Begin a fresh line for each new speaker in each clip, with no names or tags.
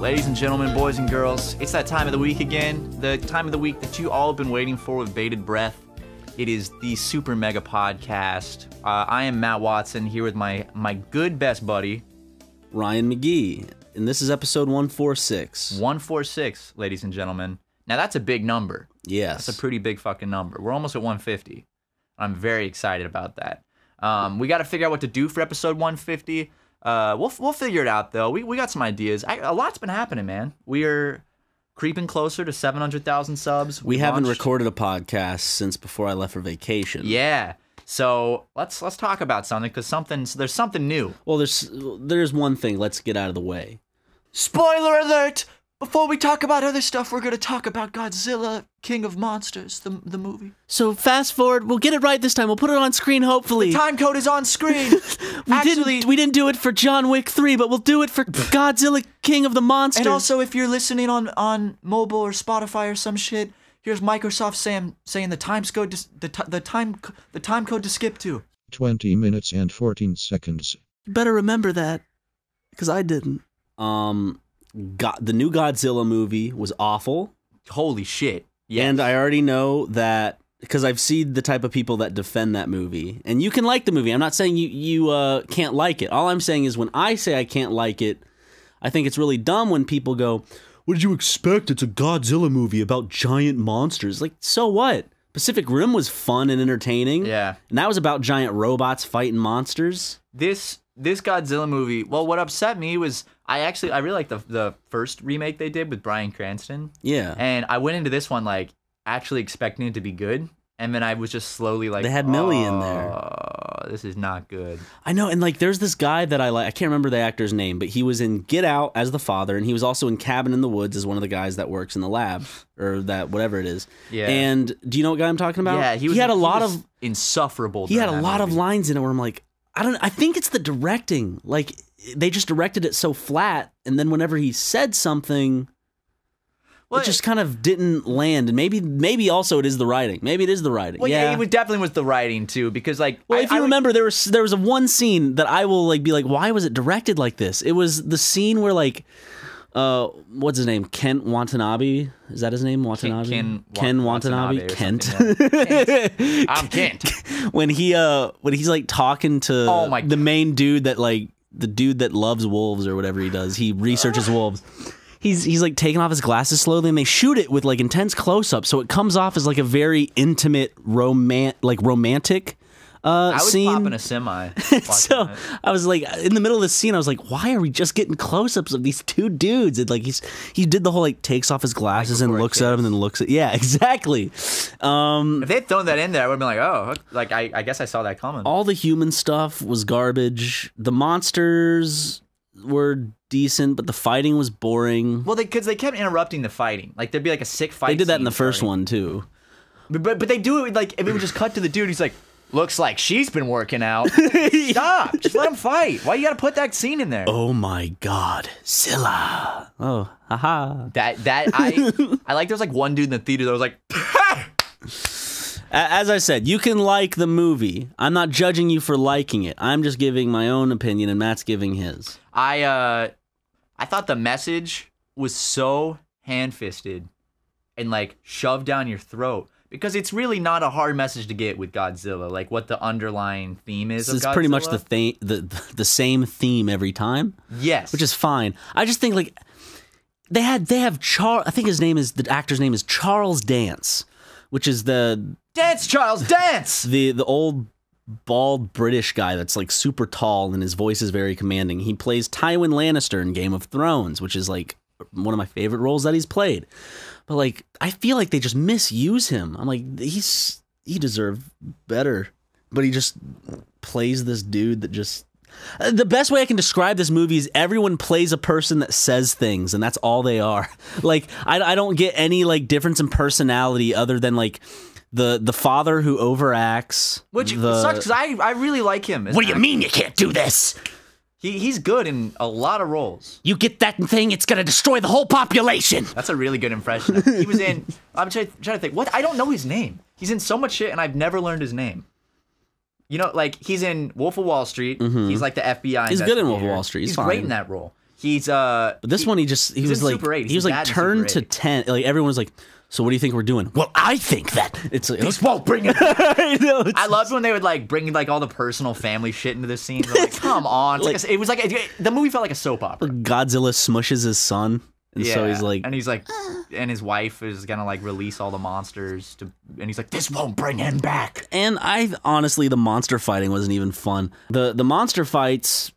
Ladies and gentlemen, boys and girls, it's that time of the week again. The time of the week that you all have been waiting for with bated breath. It is the Super Mega Podcast. Uh, I am Matt Watson here with my my good best buddy,
Ryan McGee, and this is episode 146.
146, ladies and gentlemen. Now that's a big number.
Yes.
That's a pretty big fucking number. We're almost at 150. I'm very excited about that. Um, we got to figure out what to do for episode 150. Uh, we'll we'll figure it out though. We we got some ideas. I, a lot's been happening, man. We are creeping closer to 700,000 subs.
we
We've
haven't
launched-
recorded a podcast since before I left for vacation.
Yeah. So let's let's talk about something because something there's something new.
Well, there's there's one thing. Let's get out of the way.
Spoiler alert! Before we talk about other stuff, we're gonna talk about Godzilla, King of Monsters, the the movie.
So fast forward. We'll get it right this time. We'll put it on screen. Hopefully,
Time code is on screen.
we didn't we didn't do it for John Wick three, but we'll do it for Godzilla King of the Monsters.
And also, if you're listening on on mobile or Spotify or some shit, here's Microsoft saying saying the time code to, the ti- the time c- the time code to skip to.
20 minutes and 14 seconds.
better remember that because I didn't.
um, God, the new Godzilla movie was awful,
Holy shit! Yes.
and I already know that because I've seen the type of people that defend that movie. And you can like the movie. I'm not saying you you uh, can't like it. All I'm saying is when I say I can't like it, I think it's really dumb when people go, "What did you expect? It's a Godzilla movie about giant monsters." Like, so what? Pacific Rim was fun and entertaining.
yeah,
And that was about giant robots fighting monsters.
this this Godzilla movie. Well, what upset me was I actually I really like the the first remake they did with Bryan Cranston,
Yeah.
and I went into this one like actually expecting it to be good, and then I was just slowly like
They had Millie in there.
"Oh, This is not good.
I know, and like there's this guy that I like. I can't remember the actor's name, but he was in Get Out as the father, and he was also in Cabin in the Woods as one of the guys that works in the lab or that whatever it is.
Yeah.
And do you know what guy I'm talking about?
yeah, he, was,
Um, had a lot
was
of
insufferable.
he had
during
a
that
lot of
movie.
lines in it where I'm like, I don't. I think it's the directing. Like they just directed it so flat, and then whenever he said something,
Well,
it just kind of didn't land. And maybe maybe also it is the writing. Maybe it is the writing.
Well, yeah, it was definitely was the writing too, because like,
Well,
I-
if you
I would-
remember, there was there was a one scene that I will like be like, why was it directed like this? It was the scene where like, uh, what's his name? Kent Watanabe. Is that his name? Watanabe.
Ken Wa-
Ken
Watanabe
Watanabe.
or
Kent.
something, I'm Kent.
when he uh when he's like talking to
Oh my
the main dude that like the dude that loves wolves or whatever he does. He researches wolves. He's he's like taking off his glasses slowly and they shoot it with like intense close up so it comes off as like a very intimate romant like romantic uh
I was
scene.
popping a semi.
so
watching it.
I was like, in the middle of the scene, I was like, why are we just getting close ups of these two dudes? And like, he's he did the whole like takes off his glasses and
before a
looks at him and then looks at yeah, exactly. Um,
if they'd thrown that in there, I would have been like, oh, like I, I guess I saw that coming.
all the human stuff was garbage. The monsters were decent, but the fighting was boring.
well, because they, kept interrupting the fighting. Like there'd be like a sick fight.
They did that in
scene
the first
starting.
one too.
But, but but they do it with, like if it would just cut to the dude. He's like, looks like she's been working out. Stop! Just let him fight. Why you gotta put that scene in there?
Oh my god, Zilla! Oh, haha.
That that I I like. There was like one dude in the theater that was like,
A- As I said, you can like the movie. I'm not judging you for liking it. I'm just giving my own opinion, and Matt's giving his.
I uh I thought the message was so hand fisted and like shoved down your throat because it's really not a hard message to get with Godzilla, like what the underlying theme is.
It's,
of
it's pretty much
Godzilla.
the, th- the the same theme every time,
yes,
which is fine. I just think like they had they have Charles. I think his name is the actor's name is Charles Dance, which is the
dance, Charles, dance.
eh, the the old bald British guy that's like super tall and his voice is very commanding. He plays Tywin Lannister in Game of Thrones, which is like one of my favorite roles that he's played. But like I feel like they just misuse him. I'm like he's he deserved better, but he just plays this dude that just Uh, the best way I can describe this movie is everyone plays a person that says things, and that's all they are. Like I, I don't get any like difference in personality other than like the the father who overacts.
Which
the,
sucks because I I really like him. as
What do you
an actor.
mean you can't do this?
He he's good in a lot of roles.
You get that thing, it's gonna destroy the whole population.
That's a really good impression. of- He was in. I'm trying, trying to think. What I don't know his name. He's in so much shit, and I've never learned his name. You know, like he's in Wolf of Wall Street. He's like the FBI.
Mm-hmm. He's good in Wolf of
investigator.
Wall Street. He's
great
fine.
in that role. He's uh.
But this
he-
one, he just he
he's
was
in
like
Super 8.
he was
He's
like
bad in
turned
Super
to
8.
ten. Like everyone was like, so what do you think we're doing? Well, I think that it's like
These won't bring it.
I know, it's-
I loved when they would like bring like all the personal family shit into the scenes. I'm Like, come on, It's like a- it was like a- the movie felt like a soap opera.
Godzilla smushes his son, and so he's
Yeah.
like, "Ah."
and he's like, and his wife is gonna like release all the monsters to, and he's like, this won't bring him back.
and I honestly, the monster fighting wasn't even fun. the The monster fights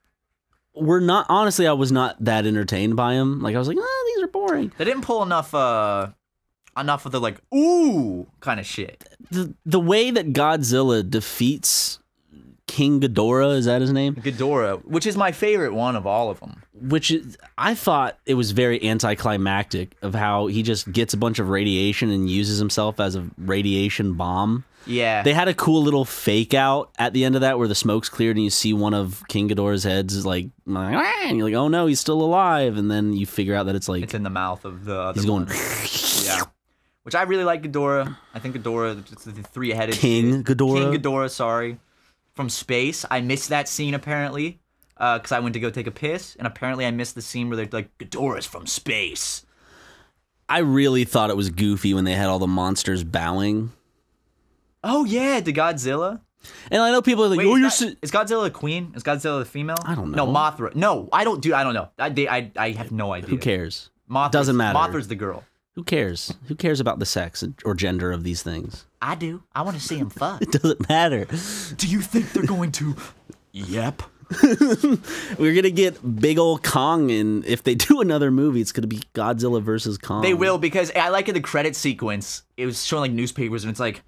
were not honestly. I was not that entertained by him. Like I was like, oh, these are boring.
They didn't pull enough, uh, enough of the like, ooh, kind of shit.
the The way that Godzilla defeats King Ghidorah is that his name?
Ghidorah, which is my favorite one of all of them.
which is, I thought it was very anticlimactic of how he just gets a bunch of radiation and uses himself as a radiation bomb.
Yeah,
They had a cool little fake out at the end of that where the smoke's cleared and you see one of King Ghidorah's heads is like, like, "Ah," and you're like, oh no, he's still alive, and then you figure out that it's like
it's in the mouth of the other
he's going
one. Yeah, which I really like Ghidorah. I think Ghidorah, it's the three-headed
King
shit.
Ghidorah?
King Ghidorah, sorry, from space. I missed that scene apparently, because I went to go take a piss, and apparently I missed the scene where they're like, Ghidorah's from space.
I really thought it was goofy when they had all the monsters bowing.
Oh yeah, to Godzilla.
And I know people are like,
Wait,
oh,
is,
you're
Go-
so-
is Godzilla a queen? Is Godzilla a female?
I don't
No,
know.
Mothra. No, I don't. Dude, I don't know. I they, I, I have no idea.
who cares?
Mothra's,
Doesn't matter.
Mothra's the girl.
Who cares? Who cares about the sex or gender of these things?
I do. I want to see him fuck.
It doesn't matter.
do you think they're going to? Yep.
We're gonna get big old Kong, and if they do another movie, it's gonna be Godzilla versus Kong.
They will because I like in the credit sequence. It was showing like newspapers and it's like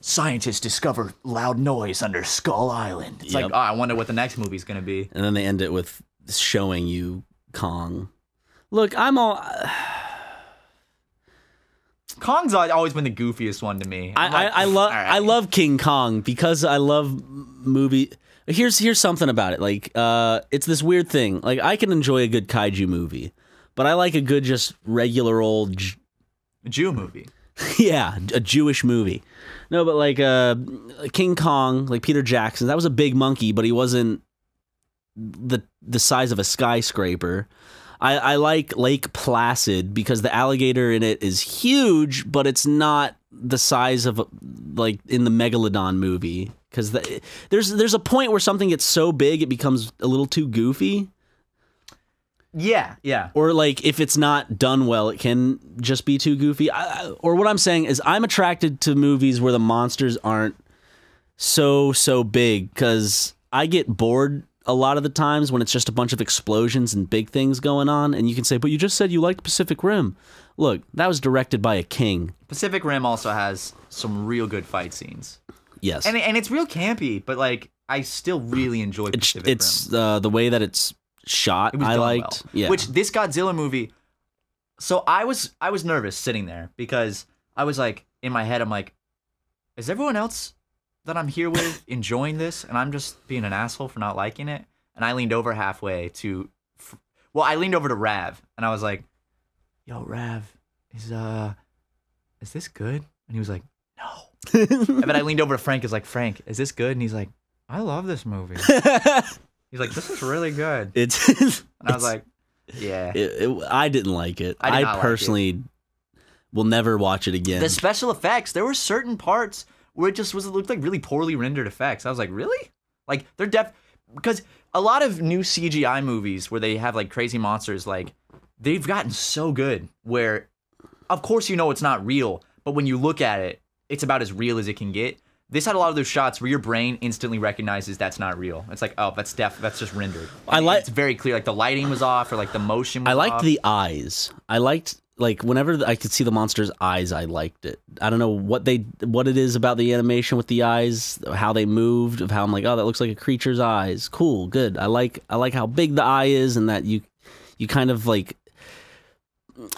scientists discover loud noise under Skull Island. It's like
Yep.
oh, I wonder what the next movie's gonna be.
and then they end it with showing you Kong. Look, I'm all.
Kong's al- always been the goofiest one to me.
I,
I'm like,
I, I love
"All right."
I love King Kong because I love m- movie. Here's here's something about it. Like uh, it's this weird thing. Like I can enjoy a good kaiju movie, but I like a good just regular old j-
Jew movie.
yeah, a Jewish movie. No, but like uh, King Kong, like Peter Jackson, that was a big monkey, but he wasn't the the size of a skyscraper. I, I like Lake Placid because the alligator in it is huge, but it's not the size of a- like in the Megalodon movie. Because the, there's there's a point where something gets so big it becomes a little too goofy
Yeah, yeah.
or like if it's not done well, it can just be too goofy. I, I- or what I'm saying is, I'm attracted to movies where the monsters aren't so so big because I get bored a lot of the times when it's just a bunch of explosions and big things going on. And you can say, "But you just said you liked Pacific Rim." Look, that was directed by a king.
Pacific Rim also has some real good fight scenes.
Yes,
and and it's real campy, but like I still really enjoy
it's
Pacific Rim.
it's uh, the way that it's shot.
It was
I
done
liked.
well.
Yeah,
Which this Godzilla movie. So I was I was nervous sitting there because I was like in my head I'm like, is everyone else that I'm here with enjoying this and I'm just being an asshole for not liking it? And I leaned over halfway to, f- well I leaned over to Rav and I was like, yo Rav is uh is this good? And he was like, no. and then I leaned over to Frank. Is like, Frank, is this good? And he's like, I love this movie. he's like, this is really good.
it's.
And I was
it's-
like, yeah.
It, it, I didn't like it.
I did
I,
not like it.
personally will never watch it again.
The special effects. There were certain parts where it just was it looked like really poorly rendered effects. I was like, really? Like they're def because a lot of new CGI movies where they have like crazy monsters, like they've gotten so good where, of course, you know it's not real, but when you look at it, it's about as real as it can get. This had a lot of those shots where your brain instantly recognizes that's not real. It's like, oh, that's def, that's just rendered.
I
And
like-
it's very clear, like the lighting was off or like the motion. Was
I liked
off.
the eyes. I liked like whenever I could see the monster's eyes, I liked it. I don't know what they what it is about the animation with the eyes, how they moved, of how I'm like, oh, that looks like a creature's eyes. Cool, good. I like I like how big the eye is and that you you kind of like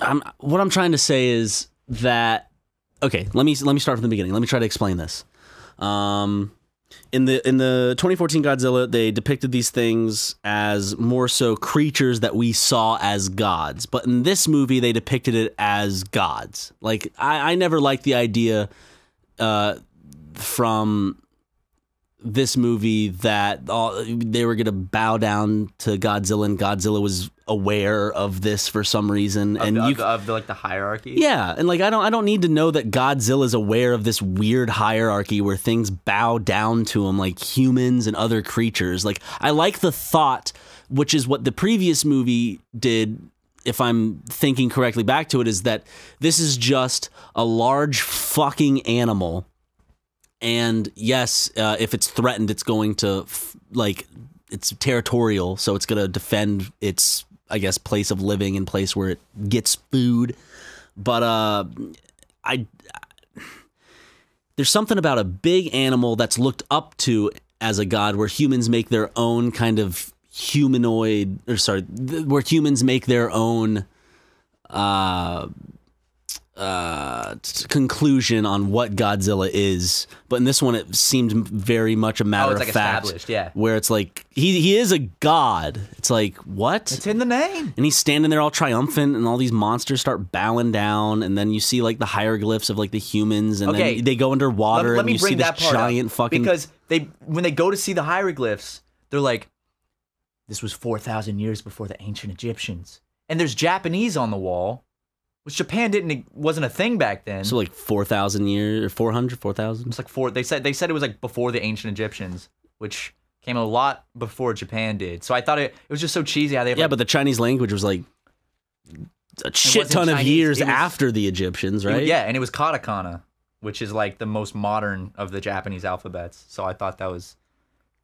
I'm what I'm trying to say is that okay, let me let me start from the beginning. Let me try to explain this. Um in the in the 2014 Godzilla, they depicted these things as more so creatures that we saw as gods. But in this movie, they depicted it as gods. Like I, I never liked the idea uh, from this movie that all, they were going to bow down to Godzilla, and Godzilla was aware of this for some reason.
Of,
and
the,
you,
of, the- of the like the hierarchy.
yeah, and like I don't I don't need to know that Godzilla's aware of this weird hierarchy where things bow down to him like humans and other creatures. Like I like the thought, which is what the previous movie did if I'm thinking correctly back to it is that this is just a large fucking animal and yes, uh, if it's threatened, it's going to f- like it's territorial, so it's going to defend its, I guess, place of living and place where it gets food. But uh, I there's something about a big animal that's looked up to as a god, where humans make their own kind of humanoid, or sorry, th- where humans make their own. Uh, uh, t- conclusion on what Godzilla is, but in this one it seemed m- very much a matter
Oh, it's,
of
like,
fact,
established, yeah.
where it's like he he is a god. It's like what?
It's in the name.
and he's standing there all triumphant, and all these monsters start bowing down, and then you see like the hieroglyphs of like the humans, and
Okay.
then they go underwater,
Let, let
and
me
you see
bring
this
that part
giant
up,
fucking
because they when they go to see the hieroglyphs, they're like, "This was four thousand years before the ancient Egyptians." And there's Japanese on the wall, which Japan didn't e, wasn't a thing back then.
so like four thousand years, or 400, 4,000?
It's like four. They said they said it was like before the ancient Egyptians, which came a lot before Japan did. So I thought it, it was just so cheesy how they have,
Yeah,
like,
but the Chinese language was like a shit
wasn't
ton of
Chinese,
years
it was-
after the Egyptians, right?
yeah, and it was katakana, which is like the most modern of the Japanese alphabets. So I thought that was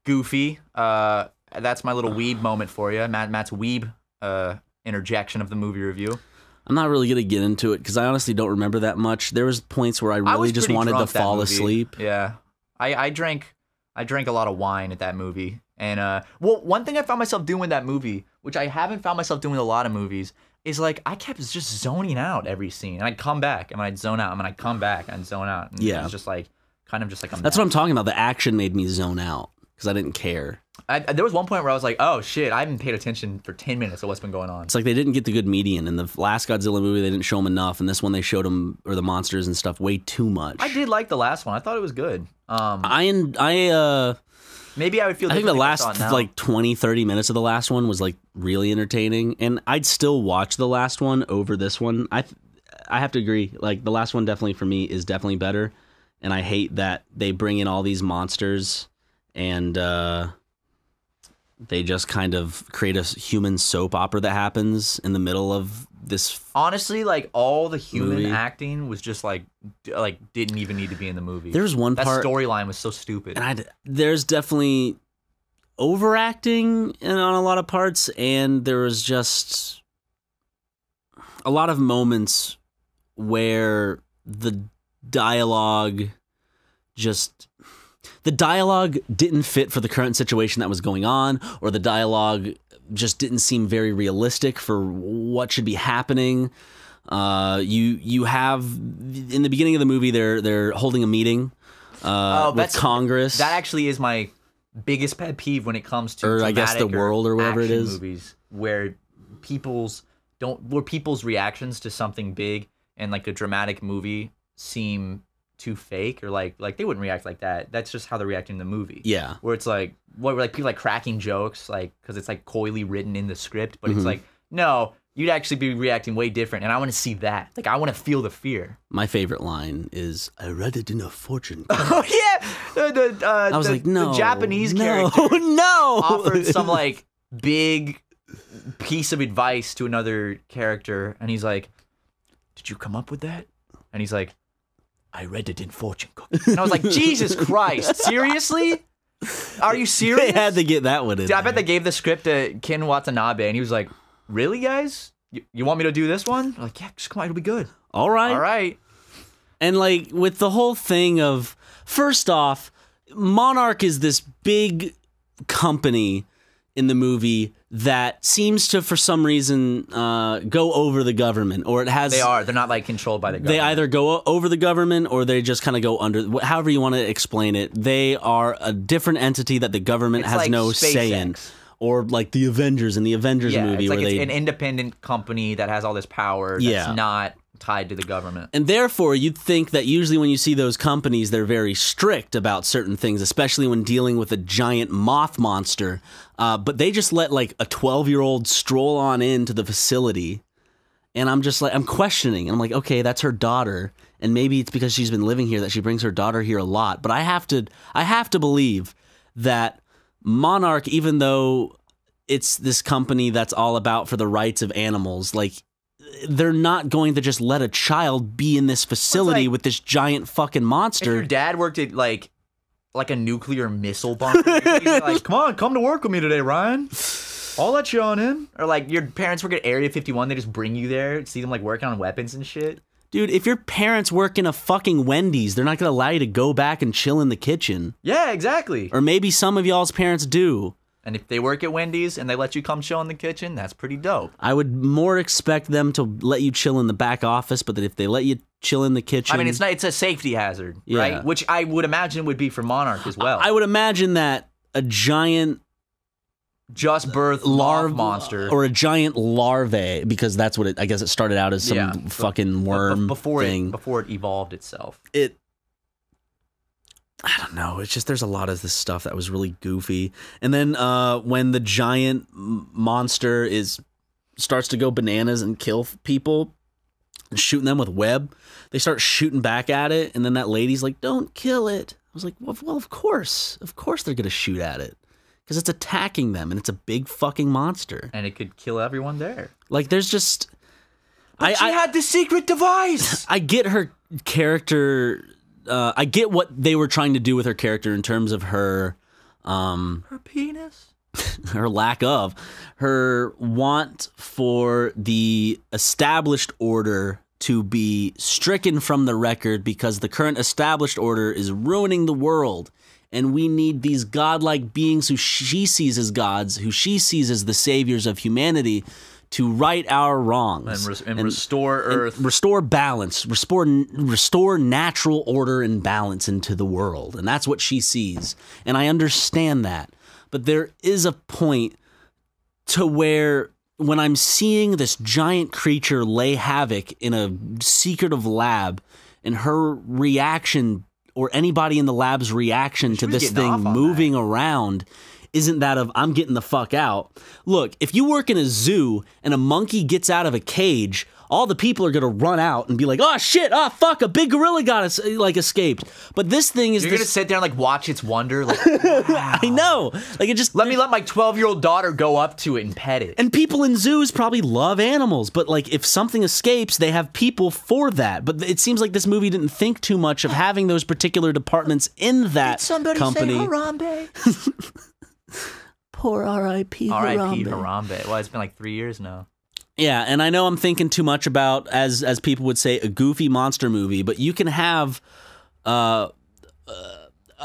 goofy. Uh, that's my little weeb moment for you, Matt. Matt's weeb uh, interjection of the movie review.
I'm not really gonna get into it because I honestly don't remember that much. There was points where I
I
really
was
just
pretty
wanted to
drunk that
fall
movie.
asleep.
Yeah, I, I drank I drank a lot of wine at that movie, and uh, well, one thing I found myself doing in that movie, which I haven't found myself doing with a lot of movies, is like I kept just zoning out every scene, and I'd come back, and I'd zone out, and I'd come back, and zone out, and
Yeah.
it was just like kind of just like a
That's what I'm talking about. The action made me zone out because I didn't care.
I, I- there was one point where I was like, oh shit, I haven't paid attention for 10 minutes of what's been going on.
It's like they didn't get the good median in the last Godzilla movie. They didn't show him enough, and this one they showed him or the monsters and stuff way too much.
I did like the last one. I thought it was good. Um,
I I uh
maybe I would feel.
I think
differently
the
if
last
saw it now.
like 20 30 minutes of the last one was like really entertaining and I'd still watch the last one over this one. I th- I have to agree. Like the last one definitely for me is definitely better and I hate that they bring in all these monsters and uh they just kind of create a s- human soap opera that happens in the middle of this
honestly, like all the human
Movie.
acting was just like, d- like didn't even need to be in the movie.
There's one
that
part
storyline was so stupid.
and I there's definitely overacting in, on a lot of parts, and there was just a lot of moments where the dialogue just the dialogue didn't fit for the current situation that was going on, or the dialogue just didn't seem very realistic for what should be happening. Uh, you you have in the beginning of the movie they're they're holding a meeting uh,
Oh,
with
that's-
Congress.
that actually is my biggest pet peeve when it comes to,
Or I guess the
dramatic
world or whatever it
action
is.
movies where people's don't where people's reactions to something big and like a dramatic movie seem too fake or like like they wouldn't react like that. That's just how they're reacting in the movie.
yeah,
where it's like what like people like cracking jokes like because it's like coyly written in the script but
Mhm.
it's like no you'd actually be reacting way different and i want to see that like i want to feel the fear
my favorite line is "I read it in a fortune." book."
oh yeah the, the, uh,
I was
the-
like, "No,
the japanese
no,
character
no."
offered some like big piece of advice to another character and he's like did you come up with that and he's like i read it in fortune cookie and i was like jesus christ seriously are you serious
they had to get that one in.
Dude, I bet
there.
they gave the script to Ken Watanabe, and he was like, "Really, guys? You, you want me to do this one?" I'm like, yeah, just come on, it'll be good.
All right,
All right.
And like with the whole thing of first off, Monarch is this big company in the movie that seems to for some reason uh, go over the government or it has
They are. They're not like controlled by the
they
government.
either go o- over the government or they just kind of go under wh- however you want to explain it they are a different entity that the government
It's
has
like
no say in
SpaceX.
or like the avengers in the avengers
yeah,
movie
it's like
where
it's
they
an independent company that has all this power. That's
Yeah.
not tied to the government.
And therefore, you'd think that usually when you see those companies, they're very strict about certain things, especially when dealing with a giant moth monster. Uh, but they just let like a 12 year old stroll on into the facility. And I'm just like, I'm questioning. I'm like, okay, that's her daughter. And maybe it's because she's been living here that she brings her daughter here a lot. But I have to, I have to believe that Monarch, even though it's this company that's all about for the rights of animals, like they're not going to just let a child be in this facility
like-
with this giant fucking
If your
monster.
dad worked at like like a nuclear missile bunker, you'd be like, come on, come to work with me today, Ryan. I'll let you on in. Or like your parents work at Area 51, they just bring you there, see them like working on weapons and shit.
Dude, if your parents work in a fucking Wendy's, they're not going to allow you to go back and chill in the kitchen.
Yeah, exactly.
Or maybe some of y'all's parents do.
And if they work at Wendy's and they let you come chill in the kitchen, that's pretty dope.
I would more expect them to let you chill in the back office, but that if they let you chill in the kitchen,
I mean, it's not, it's a safety hazard,
Yeah.
right? Which I would imagine would be for Monarch as well.
I would imagine that a giant
Just birth larva
larva
monster.
or a giant larvae, because that's what it. I guess it started out as some
Yeah.
fucking
b- b-
worm
before
thing.
it before it evolved itself.
it I don't know. It's just there's a lot of this stuff that was really goofy. And then uh when the giant m- monster is starts to go bananas and kill f- people, and shooting them with web, they start shooting back at it and then that lady's like, "Don't kill it." I was like, "Well, well of course. Of course they're going to shoot at it." Cuz it's attacking them and it's a big fucking monster.
And it could kill everyone there.
Like there's just I,
she
I
had the secret device.
I get her character. Uh, I get what they were trying to do with her character in terms of her, um,
Her penis.
her lack of, her want for the established order to be stricken from the record because the current established order is ruining the world. And we need these godlike beings who she sees as gods, who she sees as the saviors of humanity, to right our wrongs
And, res- and, restore Earth.
restore balance, restore restore natural order and balance into the world, and that's what she sees. And I understand that, but there is a point to where when I'm seeing this giant creature lay havoc in a secretive lab, and her reaction or anybody in the lab's reaction to
was
this
getting
thing
off on
moving around isn't that of I'm getting the fuck out. Look, if you work in a zoo and a monkey gets out of a cage, all the people are gonna run out and be like, "Oh shit! Oh fuck! A big gorilla got us like escaped." But this thing is
You're
this.
gonna sit there and like watch its wonder. Like,
I know. Like it just
let me let my 12 year old daughter go up to it and pet it.
And people in zoos probably love animals, but like if something escapes, they have people for that. But it seems like this movie didn't think too much of having those particular departments in that company.
Harambe?
Poor R.I.P.
R.I.P.
Harambe.
Harambe. Well, it's been like three years now.
Yeah, and I know I'm thinking too much about as as people would say a goofy monster movie, but you can have uh,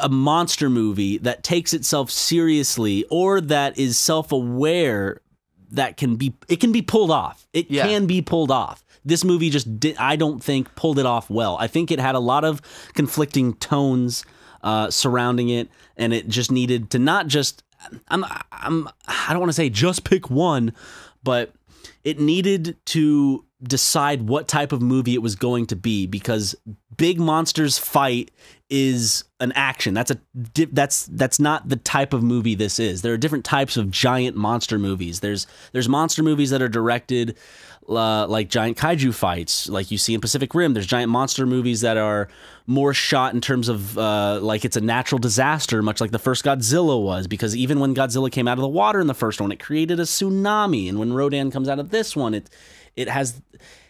a monster movie that takes itself seriously or that is self-aware that can be it can be pulled off. It
Yeah.
can be pulled off. This movie just did I don't think pulled it off well. I think it had a lot of conflicting tones uh, surrounding it and it just needed to not just I'm I'm I don't want to say just pick one, but it needed to decide what type of movie it was going to be because big monsters fight is an action that's a di- that's that's not the type of movie this is there are different types of giant monster movies there's there's monster movies that are directed uh, like giant kaiju fights like you see in pacific rim there's giant monster movies that are more shot in terms of uh, like it's a natural disaster much like the first godzilla was because even when godzilla came out of the water in the first one it created a tsunami and when rodan comes out of this one it it has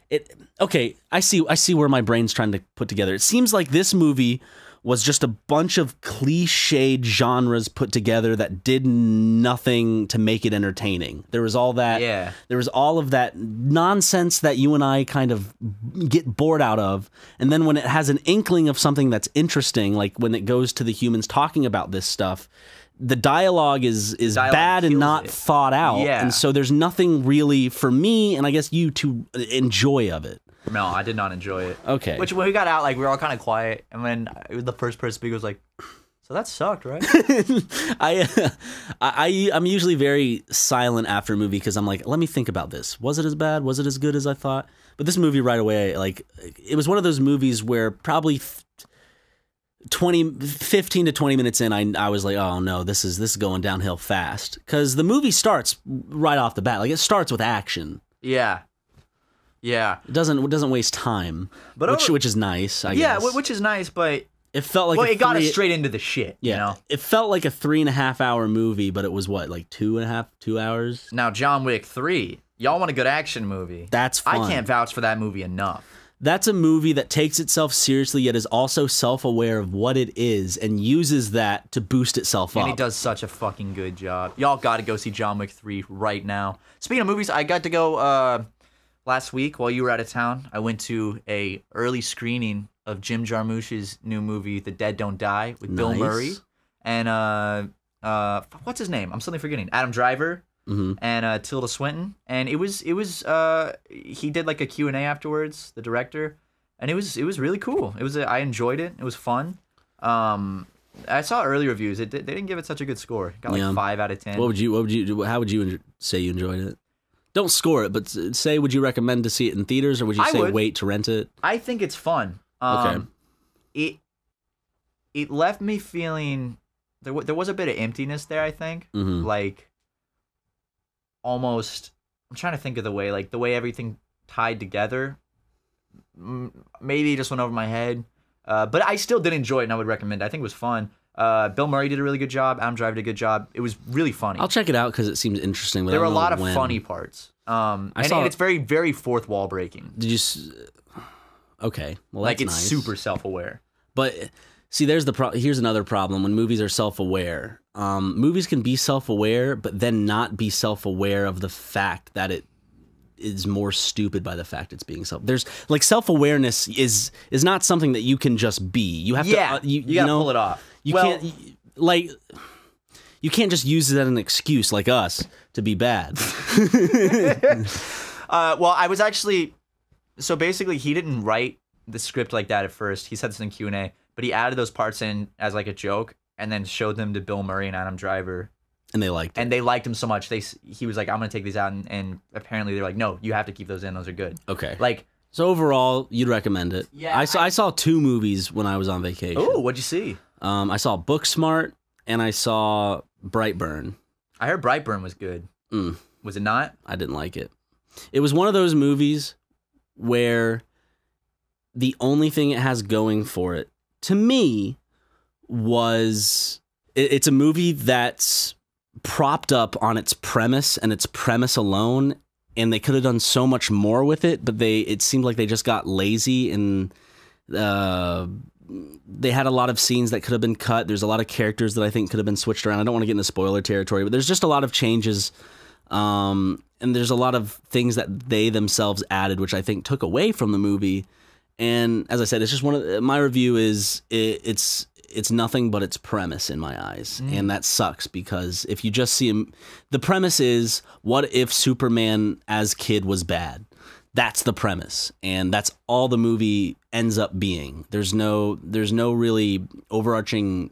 it okay i see i see where my brain's trying to put together it seems like this movie was just a bunch of cliched genres put together that did nothing to make it entertaining there was all that
Yeah.
there was all of that nonsense that you and i kind of get bored out of and then when it has an inkling of something that's interesting like when it goes to the humans talking about this stuff the dialogue is is
Dialogue
bad and
kills
not
it.
thought out
Yeah.
and so there's nothing really for me and i guess you to enjoy of it
No, I did not enjoy it.
Okay.
Which when we got out, like we were all kind of quiet, and then uh, the first person to speak was like, "So that sucked, right?"
I, I, I'm usually very silent after a movie because I'm like, let me think about this. Was it as bad? Was it as good as I thought? But this movie right away, like it was one of those movies where probably th- 20 15 to 20 minutes in I, I was like oh no this is this is going downhill fast because the movie starts right off the bat like it starts with action
Yeah. Yeah.
it doesn't it doesn't waste time
But
which,
over-
which is nice I
yeah,
guess.
wh- which is nice, but
it felt like
well,
a
it got us
three-
straight into the shit.
yeah
You know?
it felt like a three and a half hour movie but it was what like two and a half two hours
Now, John Wick 3. Y'all want a good action movie.
that's fun.
I can't vouch for that movie enough.
that's a movie that takes itself seriously yet is also self-aware of what it is and uses that to boost itself
And
up
he does such a fucking good job. Y'all got to go see John Wick 3 right now. Speaking of movies, I got to go uh, last week while you were out of town. I went to a early screening of Jim Jarmusch's new movie, The Dead Don't Die, with Bill
Nice.
Murray and uh, uh, what's his name? I'm suddenly forgetting. Adam Driver
Mhm.
and uh, Tilda Swinton. And it was it was uh, he did like a Q and A afterwards, the director, and it was it was really cool. It was a, I enjoyed it. It was fun. Um, I saw early reviews. It did- they didn't give it such a good score. It got like
Yeah.
five out of ten.
What would you? What would you? How would you en- say you enjoyed it? Don't score it, but s- say would you recommend to see it in theaters, or would you
I
say
would.
wait to rent it?
I think it's fun. Um, It it left me feeling there. W- there was a bit of emptiness there. I think.
hmm
like almost i'm trying to think of the way like the way everything tied together M- maybe it just went over my head uh, but i still did enjoy it and i would recommend it. i think it was fun uh, bill murray did a really good job adam driver did a good job it was really funny
I'll check it out because it seems interesting. But
there
I
were a
don't know
lot of
when.
funny parts um,
I
and,
saw-
and it's very very fourth wall breaking
Did you? s- Okay, well
like
that's
it's
nice.
super self-aware
But see, there's the pro- here's another problem when movies are self-aware. Um, movies can be self-aware, but then not be self-aware of the fact that it is more stupid by the fact it's being self. There's like self-awareness is is not something that you can just be. You have
yeah
to uh, you,
you gotta
know,
pull it off
You
well,
can't y- like you can't just use that as an excuse like us to be bad.
Uh, well, I was actually so basically he didn't write the script like that at first. He said this in Q and A, but he added those parts in as like a joke, and then showed them to Bill Murray and Adam Driver,
and they liked it.
and they liked him so much. They s- he was like, "I'm gonna take these out," and, and apparently they're like, "No, you have to keep those in. Those are good."
Okay.
Like,
So overall, you'd recommend it.
Yeah,
I saw I, saw two movies when I was on vacation.
oh, what'd you see?
Um I saw Booksmart and I saw Brightburn.
I heard Brightburn was good.
Mm.
Was it not?
I didn't like it. It was one of those movies where the only thing it has going for it to me was it- it's a movie that's propped up on its premise and its premise alone and they could have done so much more with it but they it seemed like they just got lazy and uh they had a lot of scenes that could have been cut there's a lot of characters that i think could have been switched around i don't want to get into spoiler territory but there's just a lot of changes um, and there's a lot of things that they themselves added, which I think took away from the movie. And as I said, it's just one of my review is it, it's it's nothing but its premise in my eyes, and that sucks because if you just see him, the premise is what if Superman as kid was bad. That's the premise, and that's all the movie ends up being. There's no there's no really overarching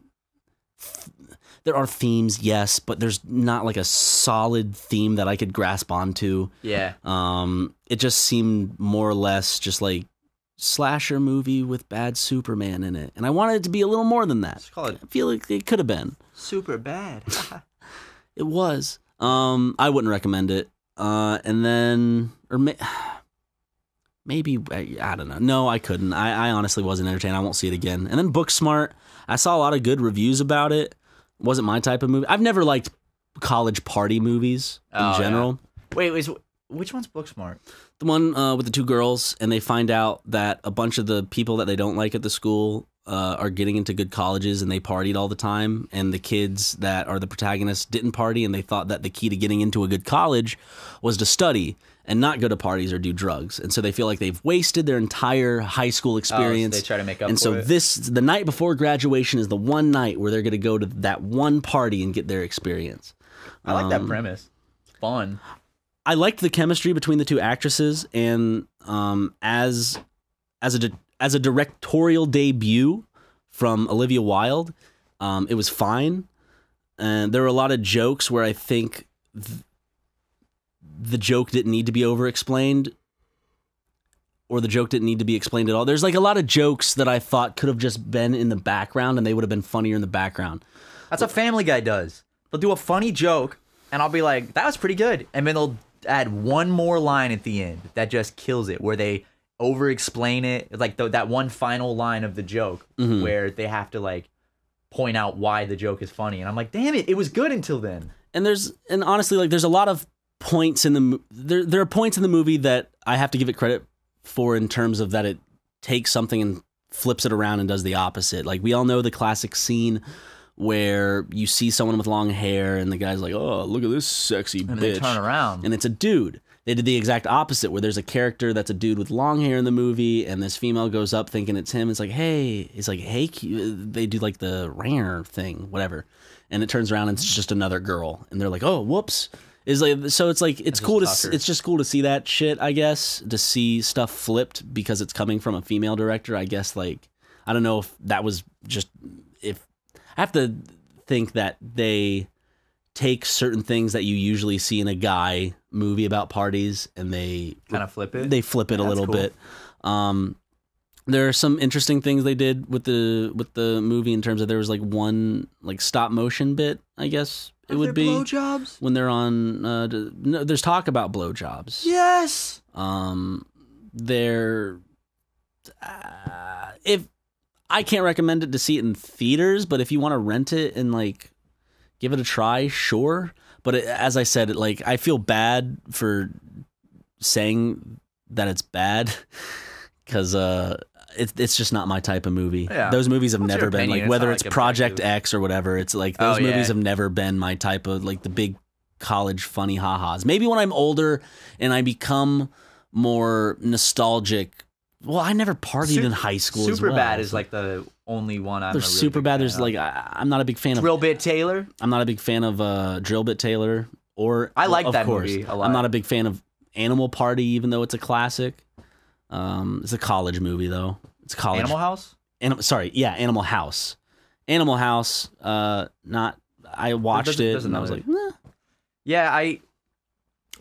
there are themes, yes, but there's not like a solid theme that I could grasp onto.
Yeah.
Um, it just seemed more or less just like slasher movie with bad Superman in it, and I wanted it to be a little more than that.
Let's call it
I feel like it could have been.
super bad.
It was. Um, I wouldn't recommend it. Uh, and then or may, maybe I, I don't know. No, I couldn't. I, I honestly wasn't entertained. I won't see it again. And then Booksmart. I saw a lot of good reviews about it. Wasn't my type of movie. I've never liked college party movies in
Oh, yeah.
general.
Wait, is which one's Booksmart?
The one uh, with the two girls, and they find out that a bunch of the people that they don't like at the school uh, are getting into good colleges, and they partied all the time. And the kids that are the protagonists didn't party, and they thought that the key to getting into a good college was to study and not go to parties or do drugs. And so they feel like they've wasted their entire high school
Oh, so
experience.
they try to make up
and
for
so
it.
this the night before graduation is the one night where they're going to go to that one party and get their experience.
I like that
um,
premise. It's fun.
I liked the chemistry between the two actresses, and um, as as a di- as a directorial debut from Olivia Wilde, um, it was fine. And there were a lot of jokes where I think th- the joke didn't need to be over explained. or the joke didn't need to be explained at all. There's like a lot of jokes that I thought could have just been in the background and they would have been funnier in the background.
That's what Family Guy does. They'll do a funny joke, and I'll be like, "That was pretty good," and then they'll add one more line at the end that just kills it, where they over-explain it, like the, that one final line of the joke,
Mhm.
where they have to like point out why the joke is funny, and I'm like, "Damn it, it was good until then."
and there's and honestly like there's a lot of points in the mo- there there are points in the movie that I have to give it credit for in terms of that it takes something and flips it around and does the opposite. Like we all know the classic scene where you see someone with long hair and the guy's like, "Oh, look at this sexy
And
bitch."
they turn around.
and it's a dude. They did the exact opposite, where there's a character that's a dude with long hair in the movie, and this female goes up thinking it's him. It's like, hey, it's like, hey, cu- they do like the rare thing, whatever, and it turns around and it's just another girl, and they're like, oh, whoops. Is like so. It's like it's
just
cool to. s-
Tucker.
It's just cool to see that shit. I guess to see stuff flipped because it's coming from a female director. I guess like I don't know if that was just if I have to think that they take certain things that you usually see in a guy movie about parties and they
kind of flip it.
they flip it a
That's
little
cool.
bit. Um, there are some interesting things they did with the with the movie in terms of there was like one like stop motion bit. I guess it would be
blowjobs.
when they're on. Uh, d- no, there's talk about blowjobs.
Yes.
Um, they're uh, if I can't recommend it to see it in theaters, but if you want to rent it and like give it a try, sure. But it, as I said, it, like I feel bad for saying that it's bad because uh, it's it's just not my type of movie.
Yeah.
Those movies have
What's your
never been
opinion?
like
It's
whether
not,
it's
like,
Project
objective.
X or whatever. It's like those
Oh, yeah.
movies have never been my type of like the big college funny ha-has. Maybe when I'm older and I become more nostalgic. Well, I never partied
Sup-
in high school. as
Super
well.
bad is like the only one I'm.
there's super bad. There's like I, I'm not a big fan of.
Real Bit Taylor.
I'm not a big fan of uh, Drillbit Taylor or
I like
of
that
course.
movie a lot.
I'm not a big fan of Animal Party, even though it's a classic. Um, it's a college movie though. It's a college.
Animal House.
Anim- sorry, yeah, Animal House. Animal House. Uh, not. I watched
doesn't-
it
doesn't
and I was
matter.
like, "Nah."
Yeah, I.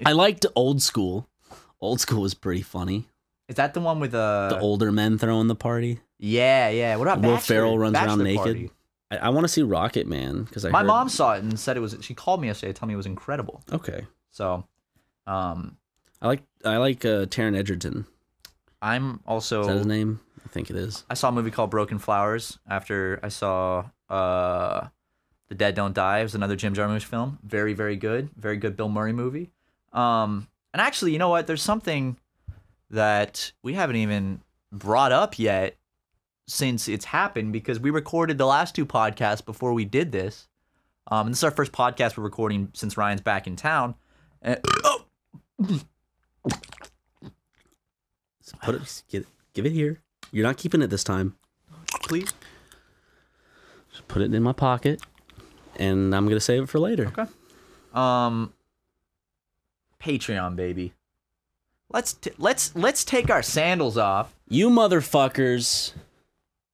I liked Old School. Old School was pretty funny.
Is that the one with uh,
The older men throwing the party.
Yeah, yeah. What about
Will
Bachelor-
Ferrell runs around
Bachelor
naked?
Party?
I, I want to see Rocket Man because I
My
heard-
mom saw it and said it was. She called me yesterday, to tell me it was incredible.
Okay,
So, um,
I like I like uh, Taron Edgerton.
I'm
Is that his
also.
name? I think it is.
I saw a movie called Broken Flowers after I saw uh, The Dead Don't Die. It was another Jim Jarmusch film. Very, very good. Very good Bill Murray movie. Um, and actually, you know what? There's something that we haven't even brought up yet since it's happened because we recorded the last two podcasts before we did this. Um, and this is our first podcast we're recording since Ryan's back in town. And- oh,
So put it, get, give it here. You're not keeping it this time.
please.
Just put it in my pocket, and I'm gonna save it for later.
Okay. Um, Patreon, baby. Let's t- let's let's take our sandals off.
You motherfuckers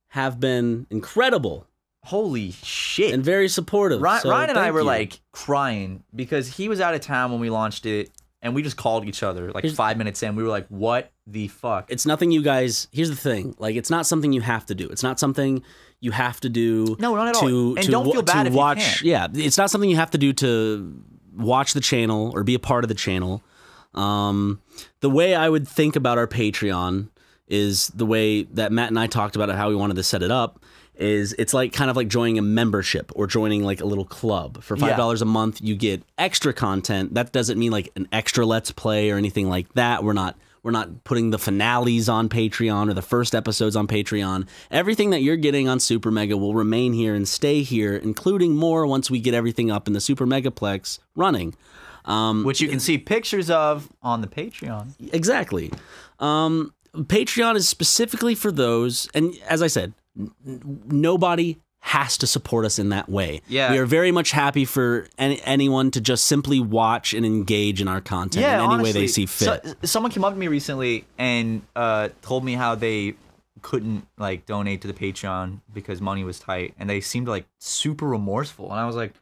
have been incredible
Holy shit!
and very supportive.
Ryan,
so
Ryan and I
thank
were
you.
like crying because he was out of town when we launched it, and we just called each other like
Here's-
five minutes in. We were like, "What the fuck?"
It's nothing you guys. Here's the thing. Like, it's not something you have to do. It's not something you have to do.
No, not at all.
to-
And
to
don't
wa-
feel bad
to
if you
watch.
can't.
Yeah, it's not something you have to do to watch the channel or be a part of the channel. Um, the way I would think about our Patreon is the way that Matt and I talked about it, how we wanted to set it up. Is it's like kind of like joining a membership or joining like a little club. For
Yeah.
five dollars a month, you get extra content. That doesn't mean like an extra let's play or anything like that. We're not we're not putting the finales on Patreon or the first episodes on Patreon. Everything that you're getting on Super Mega will remain here and stay here, including more once we get everything up in the Super Megaplex running.
Which you can see pictures of on the Patreon.
Exactly. Um, Patreon is specifically for those, and as I said, n- n- nobody has to support us in that way.
Yeah.
we are very much happy for any, anyone to just simply watch and engage in our content in any way they see fit.
So, someone came up to me recently and uh, told me how they couldn't like donate to the Patreon because money was tight, and they seemed like super remorseful. And I was like,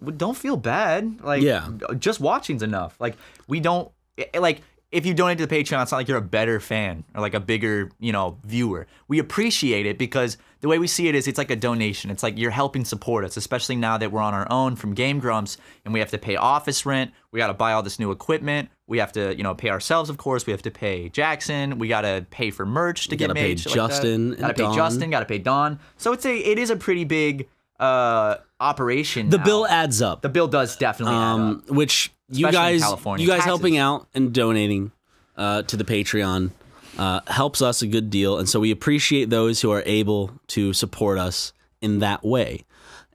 well, "Don't feel bad. Like,
Yeah.
just watching's enough. Like, we don't i- like if you donate to the Patreon, it's not like you're a better fan or like a bigger, you know, viewer. We appreciate it because the way we see it is it's like a donation. It's like you're helping support us, especially now that we're on our own from Game Grumps and we have to pay office rent. We got to buy all this new equipment. We have to, you know, pay ourselves, of course. We have to pay Jackson. We got to pay for merch to get
gotta
made.
pay
shit
Justin
Like
and
got to pay
Don.
Justin. Got to pay Don. So it's a, it is a pretty big uh operation.
The
now.
bill adds up.
the bill does definitely add up.
um, which you
Especially in
guys,
California.
you guys
Taxes.
helping out and donating uh, to the Patreon uh, helps us a good deal, and so we appreciate those who are able to support us in that way.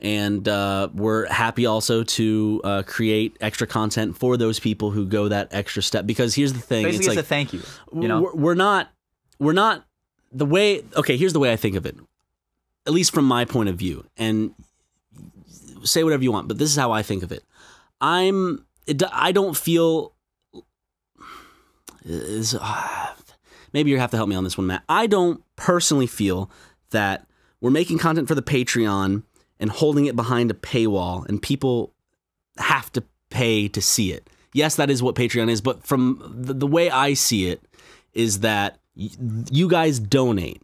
And uh, we're happy also to uh, create extra content for those people who go that extra step. Because here's the thing:
Basically, it's,
it's like
a thank you. You know,
we're, we're not we're not the way okay here's the way i think of it at least from my point of view and say whatever you want but this is how i think of it i'm it, do- i don't feel is ah, maybe you have to help me on this one matt i don't personally feel that we're making content for the patreon and holding it behind a paywall and people have to pay to see it. Yes, that is what Patreon is, but from the, the way I see it is that y- you guys donate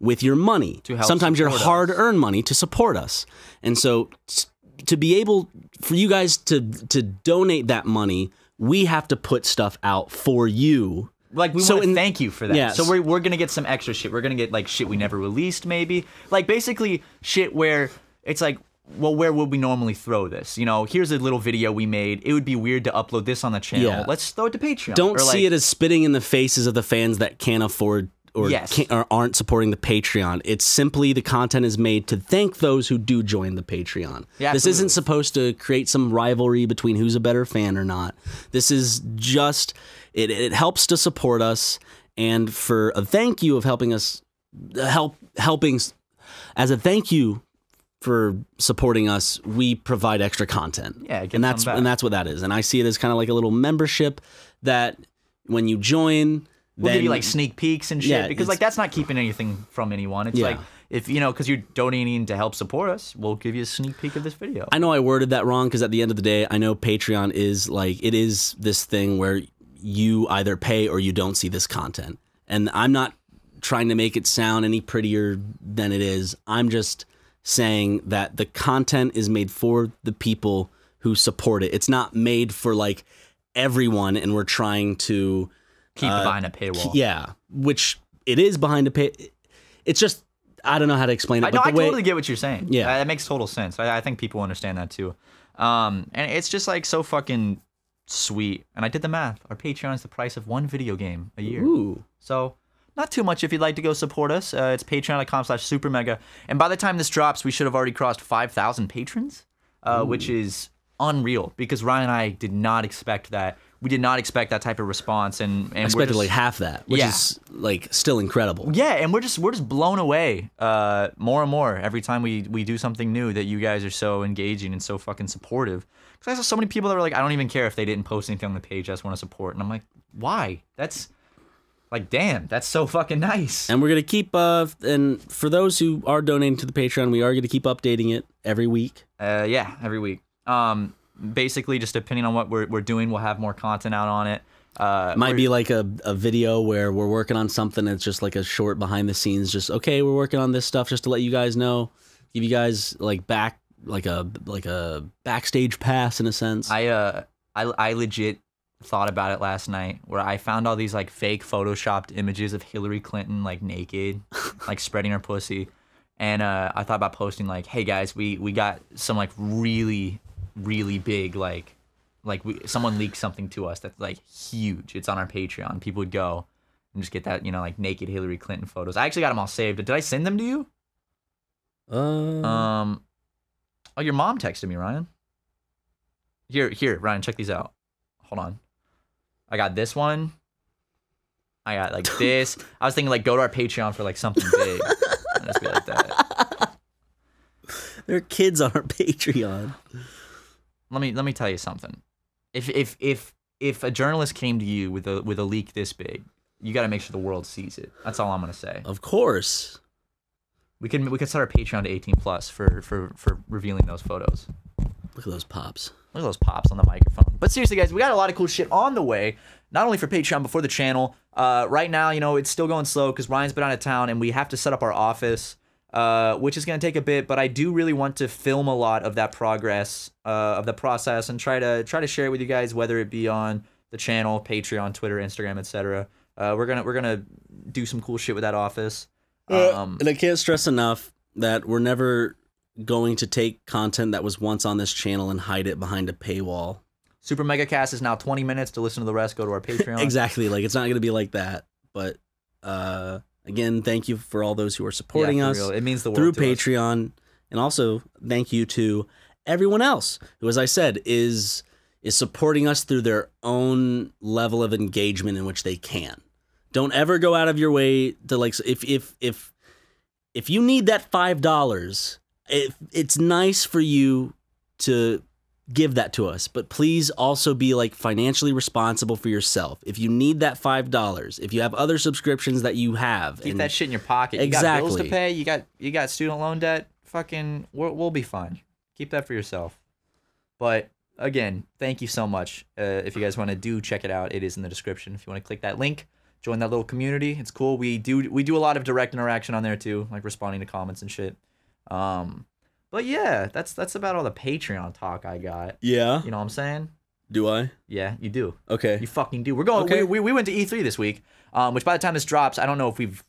with your money,
To help
sometimes your
support us.
hard-earned money to support us. And so t- to be able for you guys to to donate that money, we have to put stuff out for you.
like we
So
want to
in-
thank you for that.
Yes.
So we're we're gonna get some extra shit. We're gonna get like shit we never released, maybe. Like basically shit where it's like, well, where would we normally throw this? You know, here's a little video we made. It would be weird to upload this on the channel.
Yeah.
Let's throw it to Patreon.
Don't
Or,
see
like,
it as spitting in the faces of the fans that can't afford or,
Yes.
can't, or aren't supporting the Patreon. It's simply the content is made to thank those who do join the Patreon.
Yeah,
this
absolutely.
isn't supposed to create some rivalry between who's a better fan or not. This is just it. It helps to support us and for a thank you of helping us help helping s- as a thank you for supporting us, we provide extra content.
Yeah, give
and that's
some back.
and that's what that is. And I see it as kind of like a little membership that when you join,
we'll
then
give you like sneak peeks and shit
Yeah,
because like that's not keeping anything from anyone. It's
Yeah.
like if you know because you're donating to help support us, we'll give you a sneak peek of this video.
I know I worded that wrong because at the end of the day, I know Patreon is like it is this thing where you either pay or you don't see this content. And I'm not trying to make it sound any prettier than it is. I'm just saying that the content is made for the people who support it. It's not made for like everyone and we're trying to
Keep
uh,
behind a paywall.
yeah, which it is behind a pay it's just I don't know how to explain it.
I,
but
no,
the
I
way,
totally get what you're saying.
Yeah.
that, that makes total sense. I, I think people understand that too. Um, and it's just like so fucking sweet. And I did the math. Our Patreon is the price of one video game a year.
Ooh.
So not too much if you'd like to go support us. Uh, it's patreon.com slash super mega. And by the time this drops, we should have already crossed 5,000 patrons, uh, which is unreal because Ryan and I did not expect that. We did not expect that type of response. And, and
I
we're
expected
just,
like half that, which
Yeah.
is like still incredible.
yeah, and we're just we're just blown away uh, more and more every time we we do something new that you guys are so engaging and so fucking supportive. Because I saw so many people that were like, I don't even care if they didn't post anything on the page, I just want to support. And I'm like, why? That's like, damn, that's so fucking nice.
And we're gonna keep uh and for those who are donating to the Patreon, we are gonna keep updating it every week.
Uh, yeah, every week. Um, basically, just depending on what we're we're doing, we'll have more content out on it. Uh,
It might be like a, a video where we're working on something and it's just like a short behind the scenes, just okay, we're working on this stuff just to let you guys know. Give you guys like back like a like a backstage pass in a sense.
I uh I I legit thought about it last night where I found all these like fake photoshopped images of Hillary Clinton like naked, like spreading her pussy. And uh, I thought about posting like, "Hey guys, we we got some like really, really big like, like we, someone leaked something to us that's like huge. It's on our Patreon. People would go and just get that, you know, like naked Hillary Clinton photos. I actually got them all saved. Did I send them to you?
uh,
Um, oh, your mom texted me, Ryan. Here, here, Ryan, check these out. Hold on. I got this one. I got like this. I was thinking like go to our Patreon for like something big. And just be like that.
there are kids on our Patreon.
Let me let me tell you something. If if if if a journalist came to you with a with a leak this big, you got to make sure the world sees it. That's all I'm gonna say.
Of course.
We can we could set our Patreon to 18 plus for for for revealing those photos.
Look at those pops.
Look at those pops on the microphone. But seriously, guys, we got a lot of cool shit on the way. not only for Patreon, but for the channel. Uh, right now, you know, it's still going slow because Ryan's been out of town and we have to set up our office, uh, which is going to take a bit. But I do really want to film a lot of that progress, uh, of the process, and try to try to share it with you guys, whether it be on the channel, Patreon, Twitter, Instagram, etc. Uh, we're gonna we're gonna do some cool shit with that office. Um,
and I can't stress enough that we're never going to take content that was once on this channel and hide it behind a paywall.
Super Mega Cast is now 20 minutes to listen to the rest. Go to our Patreon.
Exactly. Like it's not going to be like that. But uh, again, thank you for all those who are
Yeah,
supporting
for
us
real. It means the world
through
to us.
Patreon, and also thank you to everyone else who, as I said, is is supporting us through their own level of engagement in which they can. Don't ever go out of your way to like so if if if if you need that five dollars, it, it's nice for you to give that to us but please also be like financially responsible for yourself if you need that five dollars if you have other subscriptions that you have
Keep
and-
that shit in your pocket. You got bills to
Exactly.
pay. You got you got student loan debt. Fucking, we'll, we'll be fine. Keep that for yourself. But again, thank you so much. Uh, if you guys want to do check it out, it is in the description. If you want to click that link, join that little community. It's cool. We do we do a lot of direct interaction on there too, like responding to comments and shit. Um, but yeah, that's that's about all the Patreon talk I got.
yeah
You know what I'm saying?
do i
Yeah, you do.
okay
You fucking do. We're going.
Okay.
We, we, we went to E3 this week, um, which by the time this drops, I don't know if we've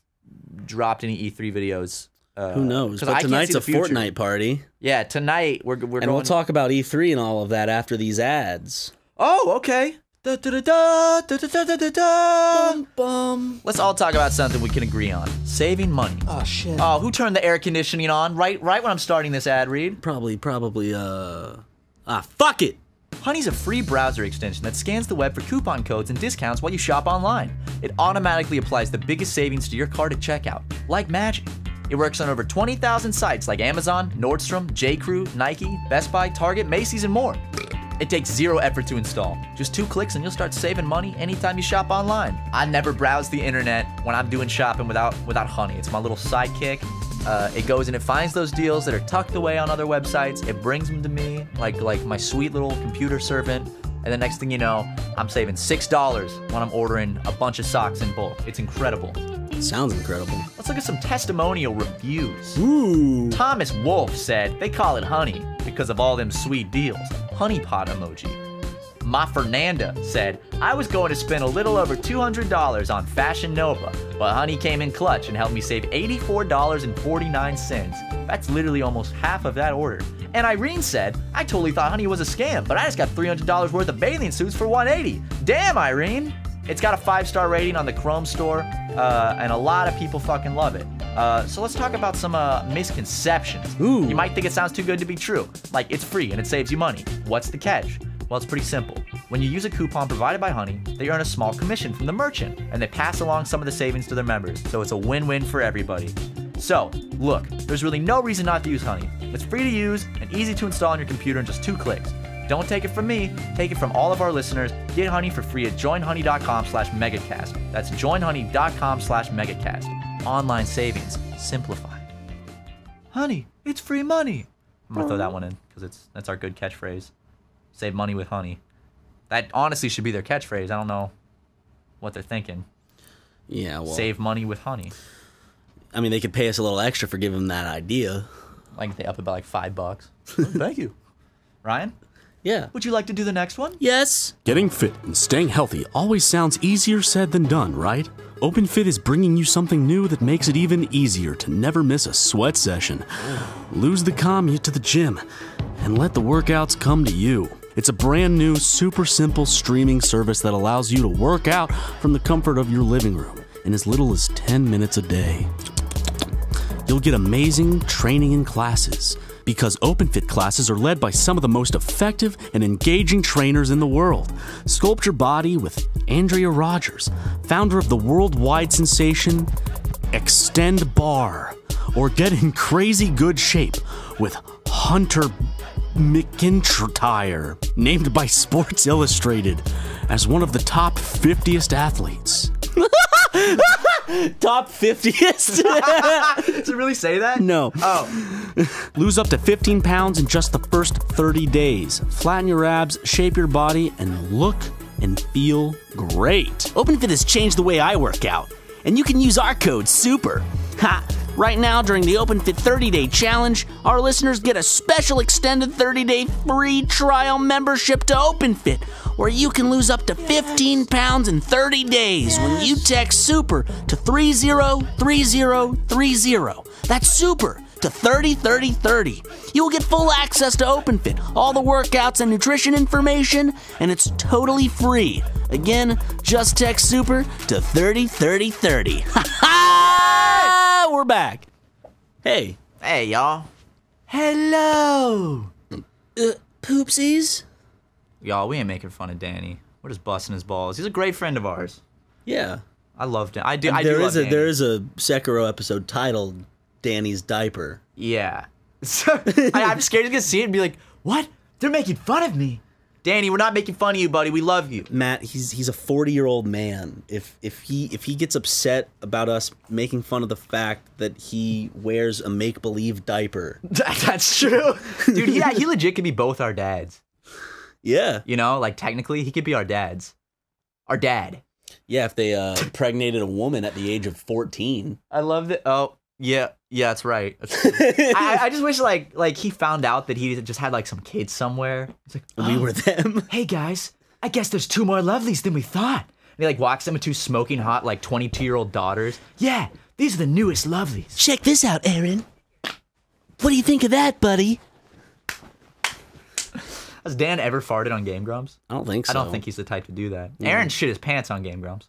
dropped any E3 videos. Uh,
Who knows?
'cause
But
I can't
tonight's
see the
a
future.
Fortnite party,
Yeah, tonight we're we're
and
going.
we'll talk about E3 and all of that after these ads.
oh, okay. Da, da, da, da, da, da, da, da, da.
bum.
Let's all talk about something we can agree on: saving money.
Oh shit.
Oh, who turned the air conditioning on? Right, right when I'm starting this ad read.
Probably, probably. Uh, ah, fuck it.
Honey's a free browser extension that scans the web for coupon codes and discounts while you shop online. It automatically applies the biggest savings to your cart at checkout, like magic. It works on over 20,000 sites like Amazon, Nordstrom, J.Crew, Nike, Best Buy, Target, Macy's, and more. It takes zero effort to install. Just two clicks and you'll start saving money anytime you shop online. I never browse the internet when I'm doing shopping without without Honey. It's my little sidekick. Uh, it goes and it finds those deals that are tucked away on other websites. It brings them to me like like my sweet little computer servant. And the next thing you know, I'm saving six dollars when I'm ordering a bunch of socks in bulk. It's incredible.
Sounds incredible.
Let's look at some testimonial reviews.
Ooh.
Thomas Wolfe said they call it honey because of all them sweet deals. Honey pot emoji. My Fernanda said, I was going to spend a little over $200 on Fashion Nova, but Honey came in clutch and helped me save $84.49. That's literally almost half of that order. And Irene said, I totally thought Honey was a scam, but I just got $300 worth of bathing suits for 180. Damn, Irene! It's got a five star rating on the Chrome store, uh, and a lot of people fucking love it. Uh, so let's talk about some uh, misconceptions.
Ooh.
You might think it sounds too good to be true, like it's free and it saves you money. What's the catch? Well, it's pretty simple. When you use a coupon provided by Honey, they earn a small commission from the merchant, and they pass along some of the savings to their members, so it's a win win for everybody. So, look, there's really no reason not to use Honey. It's free to use and easy to install on your computer in just two clicks. Don't take it from me, take it from all of our listeners. Get Honey for free at joinhoney.com slash megacast. That's joinhoney.com slash megacast. Online savings, simplified. Honey, it's free money. I'm gonna throw that one in because it's that's our good catchphrase. Save money with honey. That honestly should be their catchphrase. I don't know what they're thinking.
Yeah. Well,
Save money with honey.
I mean, they could pay us a little extra for giving them that idea.
Like they up it by like five bucks. Thank you, Ryan.
Yeah.
Would you like to do the next one?
Yes.
Getting fit and staying healthy always sounds easier said than done, right? OpenFit is bringing you something new that makes it even easier to never miss a sweat session. Lose the commute to the gym and let the workouts come to you. It's a brand new, super simple streaming service that allows you to work out from the comfort of your living room in as little as 10 minutes a day. You'll get amazing training and classes because OpenFit classes are led by some of the most effective and engaging trainers in the world. Sculpt Your Body with Andrea Rogers, founder of the worldwide sensation Extend Bar, or get in crazy good shape with Hunter McIntyre, named by Sports Illustrated as one of the top 50est athletes.
Top fiftiest.
Does it really say that?
no.
Oh,
Lose up to 15 pounds in just the first 30 days. Flatten your abs, shape your body, and look
and feel great.
OpenFit has changed the way I work out, and you can use our code SUPER.
Ha! Right now, during the OpenFit 30 Day Challenge, our listeners get a special extended 30 day free trial membership to OpenFit, where you can lose up to 15 pounds in 30 days when you text SUPER to 303030. That's SUPER to 303030. You will get full access to OpenFit, all the workouts and nutrition information, and it's totally free. Again, just text SUPER to 303030. Ha ha! We're back. Hey.
Hey, y'all. Hello.
Poopsies?
Y'all, we ain't making fun of Danny. We're just busting his balls. He's a great friend of ours.
Yeah.
I love Dan. I do. I
There
do love
is a
Danny.
there is a Sekiro episode titled Danny's Diaper.
Yeah. So I, I'm scared he's gonna see it and be like, "What? They're making fun of me." Danny, we're not making fun of you, buddy. We love you.
Matt, he's he's a 40-year-old man. If if he if he gets upset about us making fun of the fact that he wears a make-believe diaper.
That's true, dude. Yeah, he legit could be both our dads.
Yeah.
You know, like technically, he could be our dads. Our dad.
Yeah, if they uh impregnated a woman at the age of 14.
I love that. Oh, yeah, yeah, that's right. That's true. I, I just wish like like he found out that he just had like some kids somewhere. It's like
We were them.
hey guys, I guess there's two more lovelies than we thought. And he like walks them with two smoking hot like 22 year old daughters. Yeah, these are the newest lovelies.
Check this out, Aaron. What do you think of that, buddy?
Has Dan ever farted on Game Grumps?
I don't think so.
I don't think he's the type to do that. Aaron shit his pants on Game Grumps.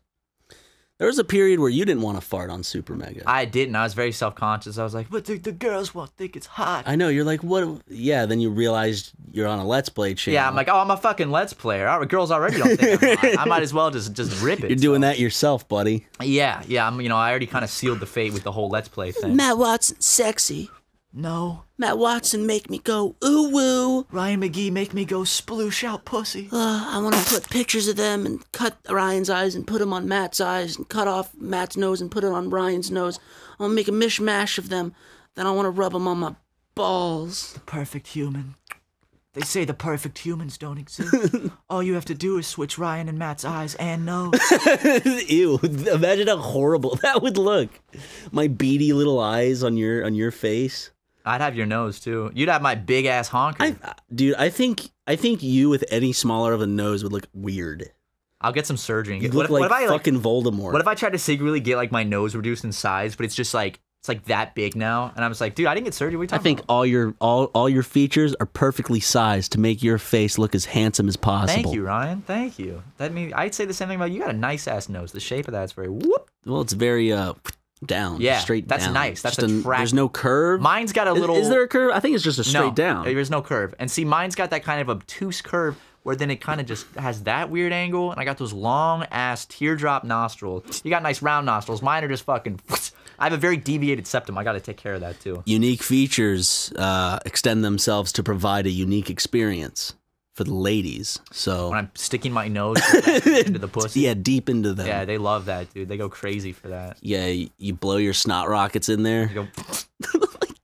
There was a period where you didn't want to fart on Super Mega.
I didn't. I was very self conscious. I was like, but the, the girls won't think it's hot.
I know you're like what? Yeah, then you realized you're on a Let's Play channel.
yeah, I'm like, oh, I'm a fucking Let's Player. All right, girls already don't think I'm hot. I might as well just just rip it.
you're doing that yourself, buddy.
Yeah, yeah. I'm, you know, I already kind of sealed the fate with the whole Let's Play thing.
Matt Watson, sexy.
No,
Matt Watson, make me go ooh woo.
Ryan McGee, make me go sploosh out pussy.
Uh, I want to put pictures of them and cut Ryan's eyes and put them on Matt's eyes and cut off Matt's nose and put it on Ryan's nose. I'll make a mishmash of them. Then I want to rub them on my balls.
perfect human. They say the perfect humans don't exist. All you have to do is switch Ryan and Matt's eyes and nose.
Ew! Imagine how horrible that would look. My beady little eyes on your on your face.
I'd have your nose too. You'd have my big ass honker.
I, dude, I think I think you with any smaller of a nose would look weird.
I'll get some surgery. And
You
get,
look
what, if,
like
what if I like,
fucking Voldemort.
What if I tried to secretly get like my nose reduced in size, but it's just like it's like that big now, and I'm just like, dude, I didn't get surgery. What are you
I
talking
think
about?
all your all all your features are perfectly sized to make your face look as handsome as possible.
Thank you, Ryan. Thank you. That mean I'd say the same thing about you. You Got a nice ass nose. The shape of that's very whoop.
Well, it's very uh down.
Yeah,
straight.
that's
down.
nice. That's
Just a-
attractive.
There's no curve.
Mine's got a
Is-
little.
Is, there a curve? I think it's just a straight
no,
down.
There's no curve. And see, mine's got that kind of obtuse curve where then it kind of just has that weird angle, and I got those long ass teardrop nostrils. You got nice round nostrils. Mine are just fucking. I have a very deviated septum. I got to take care of that too.
Unique features uh, extend themselves to provide a unique experience for the ladies. So
When I'm sticking my nose into the pussy.
yeah, deep into them.
Yeah, they love that, dude. They go crazy for that.
Yeah, y- you blow your snot rockets in there.
You go,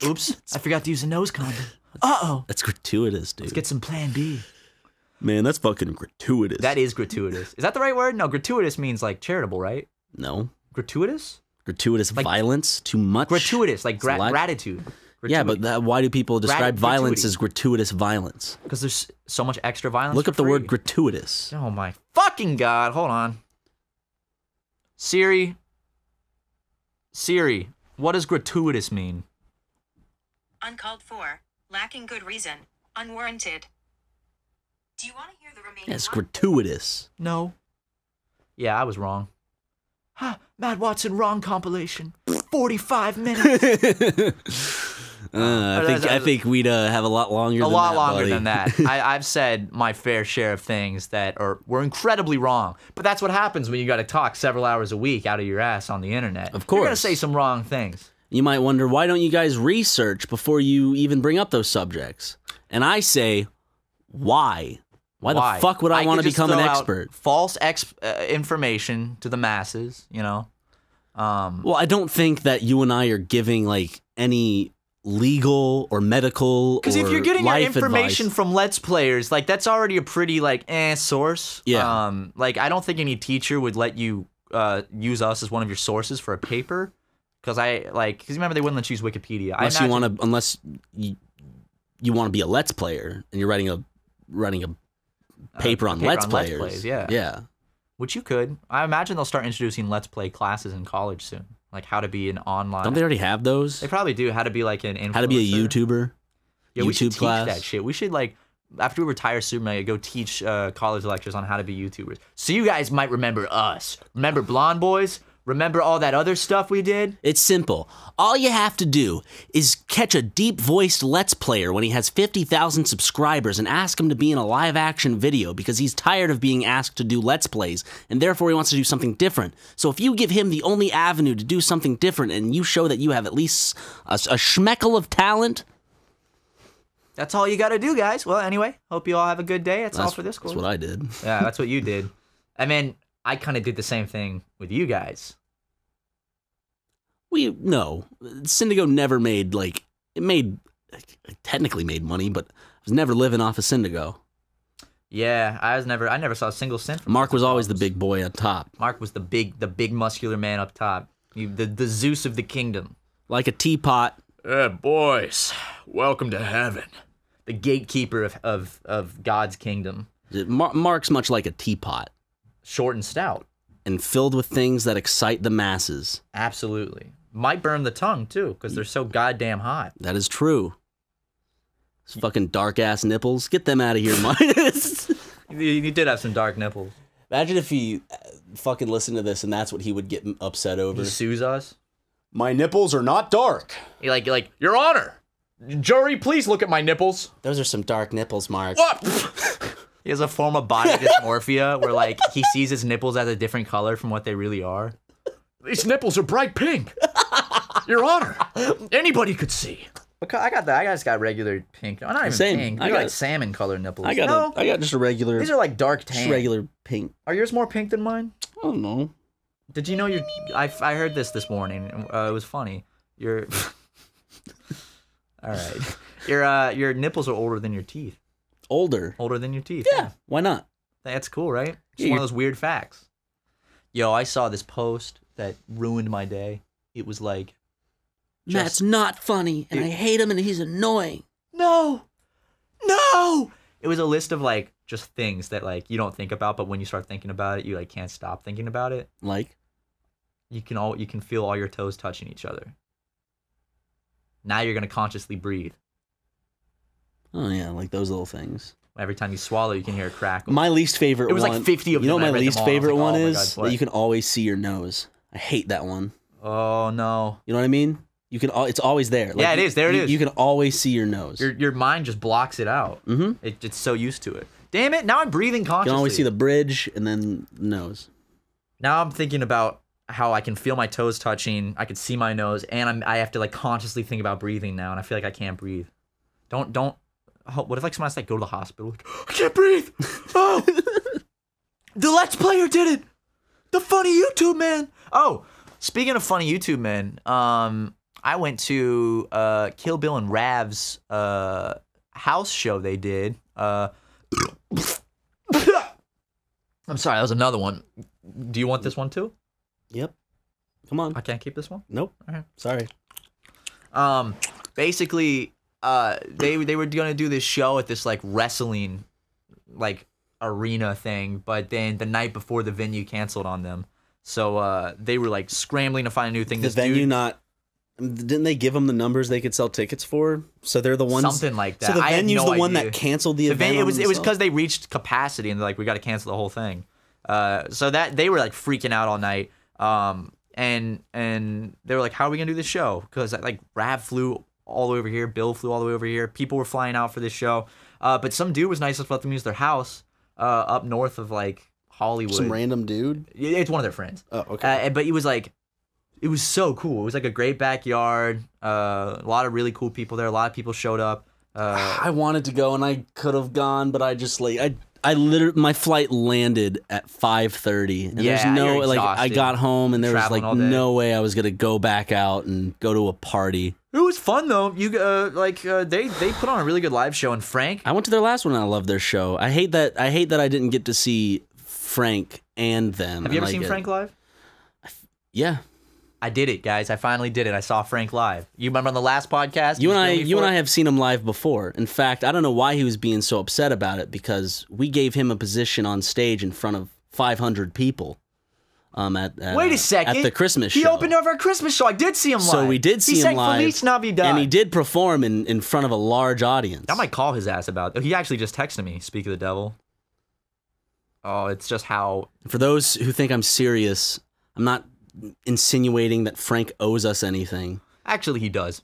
oops, I forgot to use a nose condom. Uh oh.
That's gratuitous, dude.
Let's get some Plan B.
Man, that's fucking gratuitous.
That is gratuitous. Is that the right word? No, gratuitous means like charitable, right?
no
Gratuitous?
gratuitous
Like-
violence. Too much.
Gratuitous, like gra-
a lot.
gratitude.
Yeah, but that, why do people describe violence
gratuity.
as gratuitous violence?
because there's so much extra violence.
Look
for
up the word
free.
gratuitous.
Oh my fucking god! Hold on. Siri. Siri, what does gratuitous mean?
uncalled for, lacking good reason, unwarranted. Do you want to hear the remaining?
Yeah, it's
one?
gratuitous.
No. Yeah, I was wrong. Ha! Matt Watson wrong compilation. Forty-five minutes.
Uh, I think Uh, I think we'd uh, have a lot longer.
a
than
lot
that,
longer
buddy.
than that. I, I've said my fair share of things that are were incredibly wrong, but that's what happens when you got to talk several hours a week out of your ass on the internet.
Of
you're gonna
course.
say some wrong things.
You might wonder why don't you guys research before you even bring up those subjects? And I say, why? Why, the fuck would I,
could
want to
just
become an
throw out
expert?
False ex- uh, information to the masses, you know. Um,
Well, I don't think that you and I are giving like any legal or medical
Because if
or
you're getting your
life
information
advice.
from Let's Players, like that's already a pretty like eh source.
Yeah.
Um, like I don't think any teacher would let you uh use us as one of your sources for a paper. Because I like, because remember they wouldn't let you use Wikipedia. I
unless you
imagine-
want to unless you, you want to be a let's player and you're writing a writing a paper on
paper
let's
on Let's
players
Plays, yeah.
yeah
which you could. I imagine they'll start introducing Let's Play classes in college soon, like how to be an online.
don't they already have those
They probably do. How to be like an influencer.
how to be a YouTuber
Yeah, we should
YouTube class.
teach that shit. We should like after we retire Superman, go teach uh, college lectures on how to be YouTubers. So you guys might remember us. Remember Blonde Boys. Remember all that other stuff we did.
It's simple. All you have to do is catch a deep voiced Let's Player when he has 50,000 subscribers and ask him to be in a live action video because he's tired of being asked to do Let's Plays and therefore he wants to do something different. So if you give him the only avenue to do something different and you show that you have at least a, a schmeckle of talent,
That's all you got to do, guys. Well, anyway, hope you all have a good day. That's, all for this
that's
course.
what I did.
yeah, that's what you did. I mean, I kind of did the same thing with you guys.
We, no. Syndigo never made, like, it made, it technically made money, but I was never living off of Syndigo.
Yeah, I was never. I never saw a single cent. From
Mark was always the
big.
big boy on top.
Mark was the big, the big muscular man up top. You, the, the Zeus of the kingdom.
Like a teapot
Eh, boys, welcome to heaven. The gatekeeper of, of, of God's kingdom.
Mar- Mark's much like a teapot
Short and stout.
and filled with things that excite the masses.
Absolutely. Might burn the tongue, too, because they're so goddamn hot.
That is true. Those fucking dark ass nipples. Get them out of here, Mark. Imagine
You, you did have some dark nipples.
if he uh, fucking listened to this and that's what he would get upset over.
He sues us.
My nipples are not dark.
He like, like, Your Honor, jury, please look at my nipples.
Those are some dark nipples, Mark.
He has a form of body dysmorphia where, like, he sees his nipples as a different color from what they really are. These nipples are bright pink. Your Honor, anybody could see. I got that. I just got regular pink. I'm not even
Same.
pink.
I
They're
got-
like salmon color nipples.
I got
no,
a, I got just a regular
these are like dark
just
tan.
regular pink.
Are yours more pink than mine?
I don't know.
Did you know your? I, I heard this this morning. Uh, it was funny. Your. All right. Your uh your nipples are older than your teeth.
Older.
Older than your teeth.
Yeah. Why not?
That's cool, right? It's
Yeah,
one
you're-
of those weird facts. Yo, I saw this post that ruined my day. It was like,
Matt's not funny, and I hate him, and he's annoying.
no, no. It was a list of like just things that like you don't think about, but when you start thinking about it, you like can't stop thinking about it.
Like
You can all you can feel all your toes touching each other. Now you're gonna consciously breathe.
Oh yeah, like those little things.
Every time you swallow, you can hear a crackle.
My least favorite.
It was like
one-
50 of
You know
them.
what
I
my
read them
least
all. I was
favorite
like,
one
"Oh my
is
God,
that
what?"
you can always see your nose. I hate that one.
oh no,
You know what I mean? You can. Al- it's always there.
Yeah, it
you-
is. There it
you,
is.
You can always see your nose.
your
you
your mind just blocks it out. Mm-hmm. It, it's so used to it. Damn it! Now I'm breathing consciously.
can always see the bridge and then nose.
now I'm thinking about how I can feel my toes touching, I can see my nose, and I'm, I have to like consciously think about breathing now, and I feel like I can't breathe. Don't don't. oh, What if like someone's like go to the hospital? Like, I can't breathe. Oh, the Let's Player did it. The funny YouTube man. Oh, speaking of funny YouTube man, um, I went to uh Kill Bill and Rav's uh house show they did. Uh, I'm sorry, that was another one. Do you want this one too?
Yep. Come on.
I can't keep this one.
nope.
Alright.
Sorry.
Um, basically, uh, they they were gonna do this show at this like wrestling, like arena thing, but then the night before the venue canceled on them, so uh, they were like scrambling to find a new thing.
The
this
venue
dude,
not. Didn't they give them the numbers they could sell tickets for? So they're the ones.
something like that.
So the
I had
venue's
no
the one
idea.
that canceled the,
The
event.
venue, it
on
was it was
themselves?
because they reached capacity and they're like we got to cancel the whole thing. Uh, so that they were like freaking out all night. Um, and and they were like, how are we gonna do this show? Because like Rav flew all the way over here, Bill flew all the way over here. People were flying out for this show. Uh, but some dude was nice enough to let them use their house uh, up north of like Hollywood.
some random dude.
Yeah, It's one of their friends.
Oh,
Uh,
okay.
and- but he was like, it was so cool. It was like a great backyard. Uh, a lot of really cool people there. A lot of people showed up. Uh,
I wanted to go and I could have gone, but I just like I I literally my flight landed at 5:30 and
Yeah,
there's no
you're
like I
exhausted.
got home and there was
Traveling
like
all day.
no way I was going to go back out and go to a party.
It was fun though. You uh, like uh, they they put on a really good live show, and Frank
I went to their last one and I loved their show. I hate that I hate that I didn't get to see Frank and them.
Have you
and,
ever
like,
seen
it-
Frank live?
Yeah.
I did it, guys. I finally did it. I saw Frank live. You remember on the last podcast?
You and I
filmed me
you
for
and I
it?
have seen him live before. In fact, I don't know why he was being so upset about it because we gave him a position on stage in front of 500 people. Um, at, at
Wait
uh,
a second.
at the Christmas
he
show.
opened up our Christmas show. I did see him live.
So we did see
he
him
sang
live,
Feliz Navidad. Oh
and he did perform in, in front of a large audience.
I might call his ass about. He actually just texted me. Speak of the devil. Oh, it's just how
For those who think I'm serious, I'm not insinuating that Frank owes us anything.
actually he does.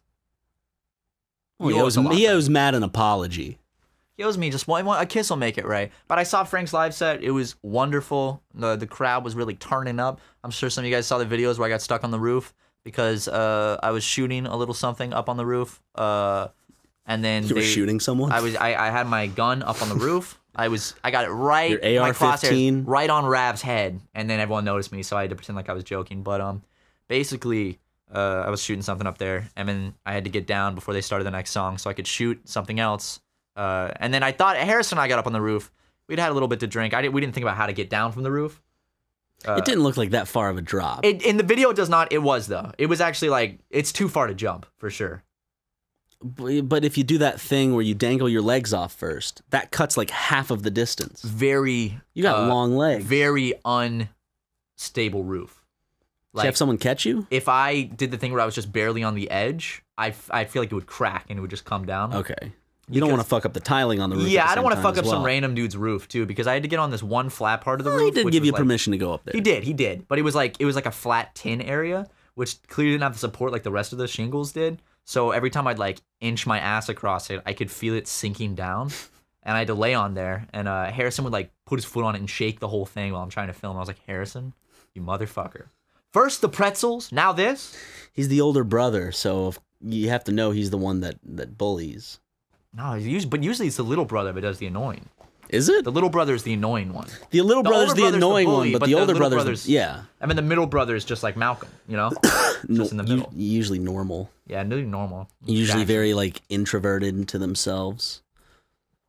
He,
He owes
owes,
a lot,
he
though.
owes Matt an apology.
He owes me just one, one- a kiss will make it right. But I saw Frank's live set. It was wonderful. The the crowd was really turning up. I'm sure some of you guys saw the videos where I got stuck on the roof because uh, I was shooting a little something up on the roof. Uh, and then
You were
they-
shooting someone.
I was I, I had my gun up on the roof. I was I got it right
Your
my crosshairs
AR-15?
right on Rav's head, and then everyone noticed me, so I had to pretend like I was joking. But um, basically, uh, I was shooting something up there, and then I had to get down before they started the next song, so I could shoot something else. Uh, and then I thought Harrison and I got up on the roof. We'd had a little bit to drink. I didn't. We didn't think about how to get down from the roof. uh,
it didn't look like that far of a drop.
It, in the video, it does not. It was though. It was actually like it's too far to jump for sure.
B- but if you do that thing where you dangle your legs off first, that cuts like half of the distance.
Very
You got
uh,
long legs.
very unstable roof.
Did you have someone catch you?
if I did the thing where I was just barely on the edge, I, f- I feel like it would crack and it would just come down.
Okay. You don't want to fuck up the tiling on the roof.
Uh-huh. Yeah, I don't
want
want to fuck up some random dude's roof too because I had to get on this one flat part of the
he
roof.
did
which
give
was
you
like-
permission to go up there.
He did, he did, but it was like it was like a flat tin area, which clearly didn't have the support like the rest of the shingles did. So every time I'd like inch my ass across it, I could feel it sinking down, and I had to lay on there. And uh, Harrison would like put his foot on it and shake the whole thing while I'm trying to film. I was like, Harrison, you motherfucker! First the pretzels, now this.
He's the older brother, so if- you have to know he's the one that that bullies.
No, usually, but usually it's the little brother that does the annoying.
Is it
The
the,
little brother is the annoying one.
little
the
brother's
older
the
brother's the
annoying
bully,
one, but,
but
the,
the
older
little
brother's,
brother's-
the, yeah,
I mean, the middle brother is just like Malcolm, you know, just in the
No-
middle.
u- usually normal,
yeah, really normal.
usually
Jackson.
very like introverted to themselves,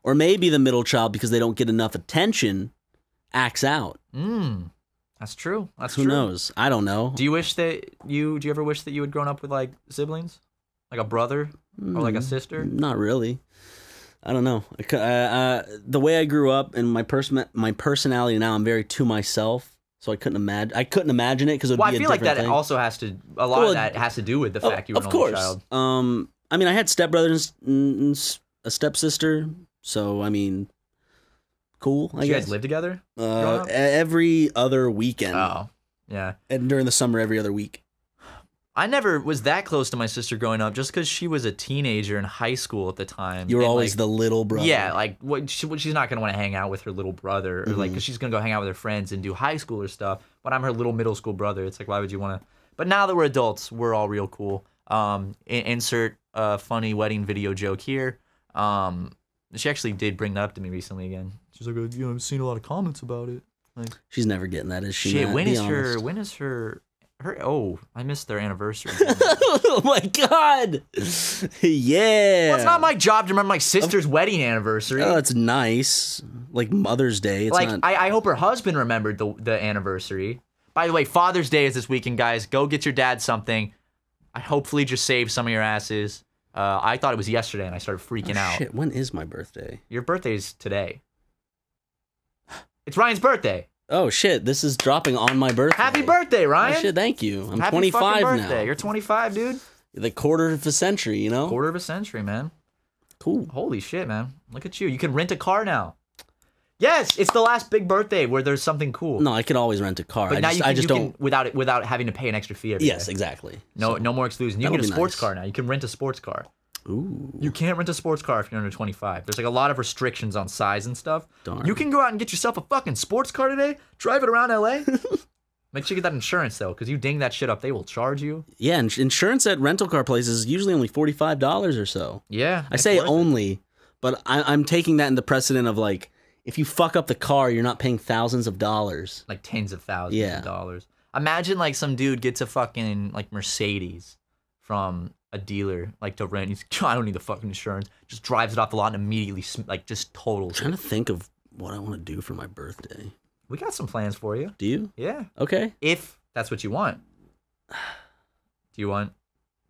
or maybe the middle child because they don't get enough attention, acts out.
Mm, that's true. That's
Who
true.
knows? I don't know.
Do you wish that you? Do you ever wish that you had grown up with like siblings, like a brother or
Mm,
like a sister?
Not really. I don't know. I c- Uh, uh, the way I grew up and my person, my personality now, I'm very to myself. So I couldn't imagine. I couldn't imagine it because it would
Well, I
be a
feel like that
different thing.
also has to. A lot
Well,
of that has to do with the
Oh,
fact you were an
of
only
course.
child.
Um, I mean, I had stepbrothers and s- and and s- a stepsister, so I mean, cool. I
Did you
guess
guys live together? growing
uh,
up?
e- every other weekend
Oh, yeah.
and during the summer, every other week.
I never was that close to my sister growing up, just because she was a teenager in high school at the time.
You were
and,
always
like,
the little brother.
Yeah, like what she, what- she's not gonna want to hang out with her little brother, or
Mm-hmm.
like 'cause she's gonna go hang out with her friends and do high schooler stuff. But I'm her little middle school brother. It's like why would you want to? But now that we're adults, we're all real cool. Um, i- insert a funny wedding video joke here. Um, she actually did bring that up to me recently again. She's like, "Uh, you know, I've seen a lot of comments about it. Like,
she's never getting that, is she?
shit,
Matt?
when
Be
is her?
honest.
When is her? Her? Oh, I missed their anniversary.
oh my god! yeah.
Well, it's not my job to remember my sister's wedding anniversary.
Oh, it's nice. Like Mother's Day. It's
like
not.
I, I hope her husband remembered the the anniversary. By the way, Father's Day is this weekend, guys. Go get your dad something. I hopefully just saved some of your asses. Uh, I thought it was yesterday, and I started freaking
Oh,
out.
Shit, when is my birthday?
Your birthday's today. It's Ryan's birthday.
Oh shit, this is dropping on my birthday.
Happy birthday,
Oh,
Ryan!
shit, thank you. I'm
Happy
25
fucking birthday.
now.
You're 25, dude.
the quarter of a century, you know?
Quarter of a century, man.
Cool.
Holy shit, man! Look at you. You can rent a car now. Yes, it's the last big birthday where there's something cool.
No, I could always rent a car.
but
I
now
just,
you can,
I just
you
don't.
can without it without having to pay an extra fee. every
yes,
day.
exactly.
No, no more exclusion. You
That'll
can get a
be
sports
nice.
car now. You can rent a sports car.
Ooh.
You can't rent a sports car if you're under 25. There's like a lot of restrictions on size and stuff.
Darn.
You can go out and get yourself a fucking sports car today. Drive it around LA. Make sure you get that insurance though, because you ding that shit up, they will charge you.
Yeah, ins- insurance at rental car places is usually only $45 or so.
Yeah.
I say only, but I, I'm taking that in the precedent of like, If you fuck up the car, you're not paying thousands of dollars.
like tens of thousands
Yeah.
of dollars. Imagine like some dude gets a fucking like Mercedes from a dealer like to rent. He's I don't need the fucking insurance. Just drives it off the lot and immediately sm- like just totals.
trying to think of what I want to do for my birthday.
We got some plans for you.
Do you?
Yeah,
Okay.
if that's what you want. Do you want?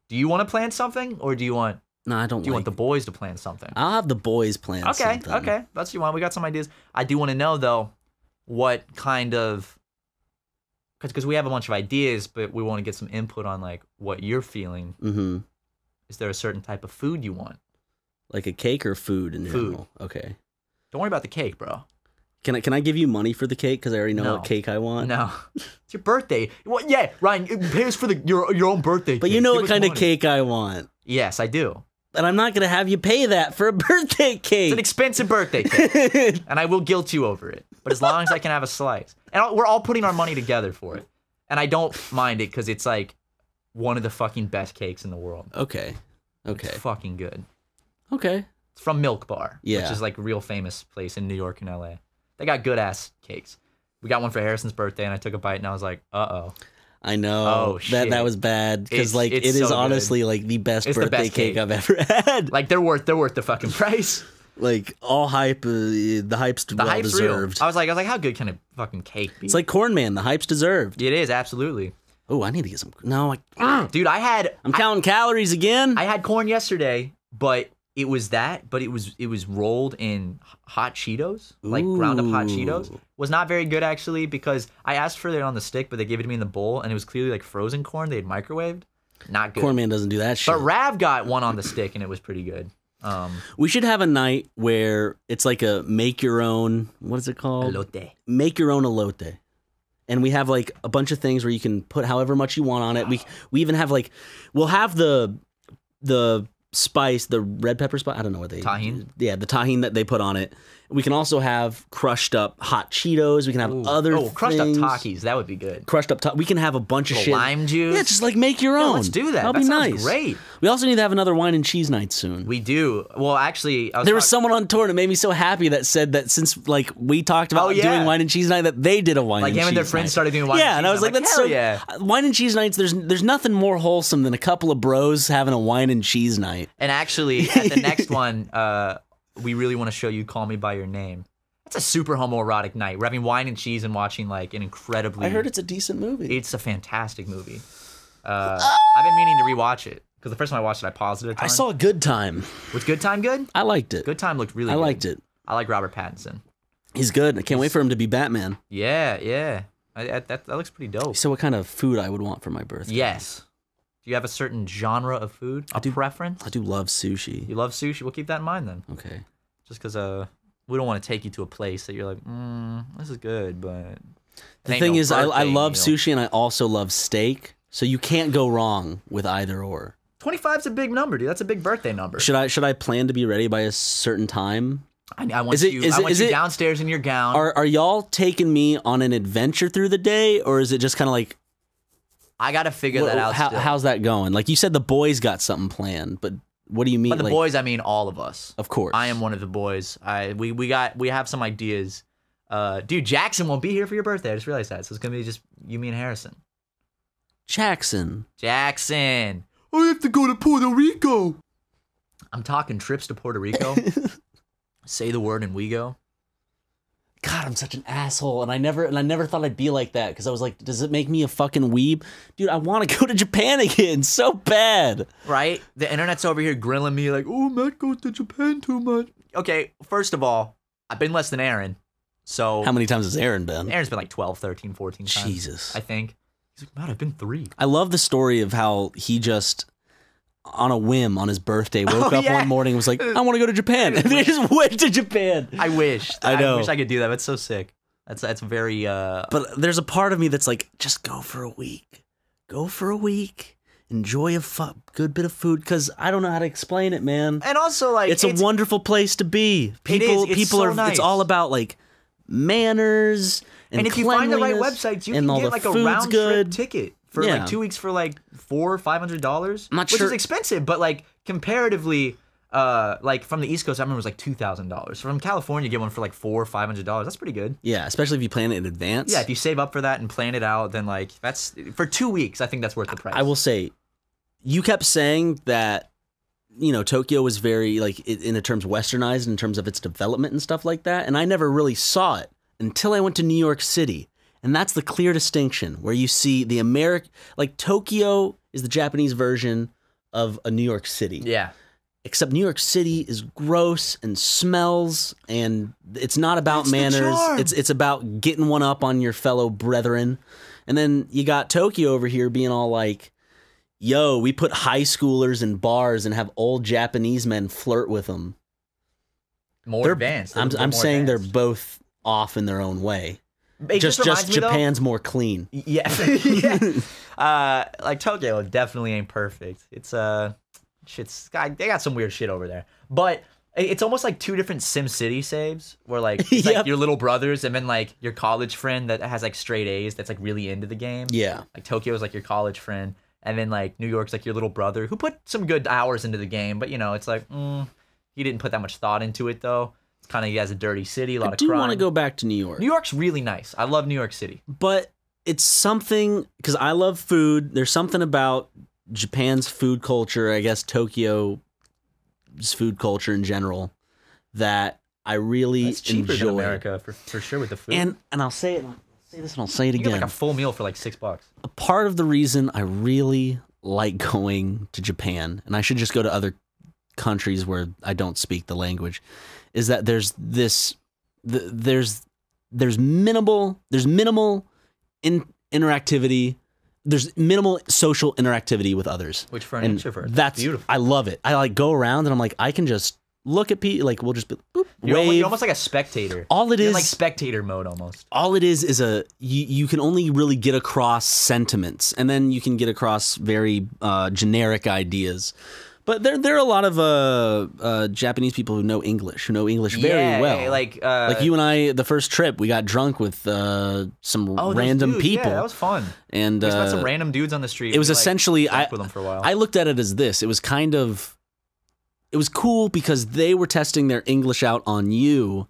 Do you want to plan something, or do you want?
No, I don't.
Do you want the
like-
boys to plan something?
I'll have the boys plan.
Okay,
something.
okay, that's what you want. We got some ideas. I do want to know though, what kind of, because we have a bunch of ideas, but we want to get some input on like what you're feeling.
Mm-hmm.
Is there a certain type of food you want?
Like a cake or food in
Food.
general. Okay.
Don't worry about the cake, bro.
Can I can I give you money for the cake? Because I already know
No.
what cake I want.
No, it's your birthday. Well, yeah, Ryan, you pay us for the your your own birthday.
But
cake.
you know
Give
what
us
kind of
money.
cake I want.
Yes, I do.
And I'm not gonna have you pay that for a birthday
It's an
cake.
expensive birthday cake. and I will guilt you over it. But as long as I can have a slice, and I'll- we're all putting our money together for it, and I don't mind it because it's like one of the fucking best cakes in the world.
okay. Okay.
It's fucking good.
Okay.
It's from Milk Bar,
Yeah.
which is like a real famous place in New York and LA. They got good ass cakes. We got one for Harrison's birthday, and I took a bite, and I was like, uh oh.
I know
Oh,
that that
shit.
was bad because
It's-
like
it's
it is
so good.
honestly like the best
It's the
birthday
best
cake,
cake.
I've ever had.
Like they're worth they're worth the fucking price.
Like all hype, uh, the hype's
The
well
hype's
deserved.
real. Oh, I was like, I was like, how good can a fucking cake be?
It's like corn man, the hype's deserved.
it is absolutely,
Oh, I need to get some. No, I,
dude. I had
I'm counting calories again.
I had corn yesterday, but it was that, but it was it was rolled in h- hot Cheetos, like ground up hot Cheetos.
Ooh.
Was not very good actually because I asked for it on the stick, but they gave it to me in the bowl, and it was clearly like frozen corn they had microwaved. Not good.
corn man doesn't do that shit.
but Rav got one on the stick, and it was pretty good. Um,
We should have a night where it's like a make your own. What is it called?
elote.
Make your own elote. And we have like a bunch of things where you can put however much you want on it. We we even have like we'll have the the spice, the red pepper spice. I don't know what they
Tajin?
Yeah, the tahine that they put on it. We can also have crushed up hot Cheetos. We can have
Ooh.
other
oh crushed
things.
up Takis, that would be good.
Crushed up. Ta- we can have a bunch of
Little
shit.
lime juice.
Yeah, just like make your
Yeah,
own.
let's do that.
That'll
That
be
sounds
nice.
great.
We also need to have another wine and cheese night soon.
We do. Well, actually, I was
There was
talk-
someone on tour and it made me so happy that said that since like we talked about
Oh, yeah.
doing wine and cheese night that they did a wine
Like,
and
him
cheese
and their friends
night.
started doing wine
yeah,
and
and I
cheese,
was
I'm
like,
like,
that's
"Hell yeah."
so wine and cheese nights. There's there's nothing more wholesome than a couple of bros having a wine and cheese night.
And actually, at the next one, uh, we really want to show you "Call Me by Your Name." That's a super homoerotic night. We're having wine and cheese and watching like an incredibly.
I heard it's a decent movie.
It's a fantastic movie. Uh, I've been meaning to rewatch it because the first time I watched it, I paused it. A ton.
I saw a good time.
Was Good Time good?
I liked it.
Good Time looked really.
I
good.
liked it.
I like Robert Pattinson.
He's good. I can't wait for him to be Batman.
Yeah, yeah. I, I, that that looks pretty dope.
So, what kind of food I would want for my birthday?
Yes. Do you have a certain genre of food? A
do.
preference?
I do love sushi.
You love sushi? We'll keep that in mind then.
Okay.
just because uh we don't want to take you to a place that you're like mm, this is good but
The thing is, I, I love
sushi.
sushi and I also love steak. So you can't go wrong with either or.
25 is a big number dude that's a big birthday number
Should I should I plan to be ready by a certain time?
I, I want
is it-
you
is
I
it-
want
is
you
it-
downstairs in your gown
Are are y'all taking me on an adventure through the day, or is it just kind of like
I gotta figure
wha-
that out
how,
still.
how's that going? Like you said, the boys got something planned, but what do you mean?
by the
like,
boys I mean all of us
of course,
I am one of the boys I we we got we have some ideas uh dude Jackson won't be here for your birthday I just realized that so it's gonna be just you me and Harrison
Jackson.
Jackson I have to go to Puerto Rico I'm talking trips to Puerto Rico say the word and we go
God, I'm such an asshole, and I never and I never thought I'd be like that because I was like, does it make me a fucking weeb, dude? I want to go to Japan again so bad.
right? The internet's over here grilling me like, "Oh, Matt goes to Japan too much." Okay, first of all, I've been less than Aaron, so
How many times has Aaron been?
Aaron's been like 12, 13, 14 times.
Jesus.
I think he's like, "Matt, I've been three.
I love the story of how he just on a whim on his birthday woke
Oh,
up
yeah.
one morning and was like, I want to go to Japan. And they just went to Japan.
I wish.
I know.
wish I could do that. That's so sick. That's that's very uh.
But there's a part of me that's like, just go for a week. Go for a week. Enjoy a fu- good bit of food because I don't know how to explain it, man.
And also Eh, like
It's, a wonderful place to
It
be.
is.
People,
It's
people
so
are.
nice.
It's all about like manners and,
And if you find the right
cleanliness,
websites, you
and
can
all
get
the
like a
food's
round
good.
trip ticket for
Yeah.
like two weeks for like four or five hundred dollars,
I'm not
which
sure-
is expensive, but like comparatively, uh, like from the East Coast, I remember it was like two thousand dollars. From California, you get one for like four or five hundred dollars. That's pretty good.
Yeah, especially if you plan it in advance.
Yeah, if you save up for that and plan it out, then like that's for two weeks. I think that's worth the price.
I will say, you kept saying that, you know, Tokyo was very like i- in the terms westernized in terms of its development and stuff like that, and I never really saw it until I went to New York City, and that's the clear distinction where you see the American like Tokyo is the Japanese version of a New York City.
Yeah,
Except New York City is gross and smells, and it's not about
That's the
manners.
charm.
It's it's about getting one up on your fellow brethren. And then you got Tokyo over here being all like, "Yo, we put high schoolers in bars and have old Japanese men flirt with them."
more
They're-
advanced.
I'm
They're
I'm
more
saying they're
advanced.
both off in their own way.
It
just
reminds
just
me, though-
Japan's more clean.
Yeah, yeah. Uh, like Tokyo definitely ain't perfect. It's uh, shit's God, they got some weird shit over there. But i- it's almost like two different Sim City saves, where like it's
Yep.
like your little brothers and then like your college friend that has like straight A's that's like really into the game.
Yeah.
Like Tokyo is like your college friend, and then like New York's like your little brother who put some good hours into the game, but you know it's like mm, he didn't put that much thought into it though. It's kind of he has a dirty city, a lot
I
of
do
crime.
want to go back to New York.
New York's really nice. I love New York City.
but it's something because I love food. There's something about Japan's food culture, I guess Tokyo's food culture in general, that I really
It's cheaper
enjoy.
than America for, for sure with the food.
And and I'll say it, I'll say this, and I'll say it
you get
again.
like a full meal for like six bucks.
a part of the reason I really like going to Japan, and I should just go to other countries where I don't speak the language, is that there's this, th- there's there's minimal there's minimal in interactivity, there's minimal social interactivity with others.
Which for an
And
introvert, that's,
that's
beautiful.
I love it. I like go around and I'm like I can just look at people like we'll just be, boop,
You're, almo-
wave.
you're almost like a spectator.
all it
You're in,
is
like spectator mode almost.
all it is is a you, you can only really get across sentiments and then you can get across very uh, generic ideas but there, there are a lot of uh, uh, japanese people who know english who know english very
Yeah,
well
Like uh,
like you and i the first trip we got drunk with uh, some
oh, those
random
dudes,
people
Yeah, that was fun.
and
We met some
uh,
random dudes on the street.
it was
We, like,
essentially
fucked
I,
with them for a while.
I looked at it as this. It was kind of it was cool because they were testing their English out on you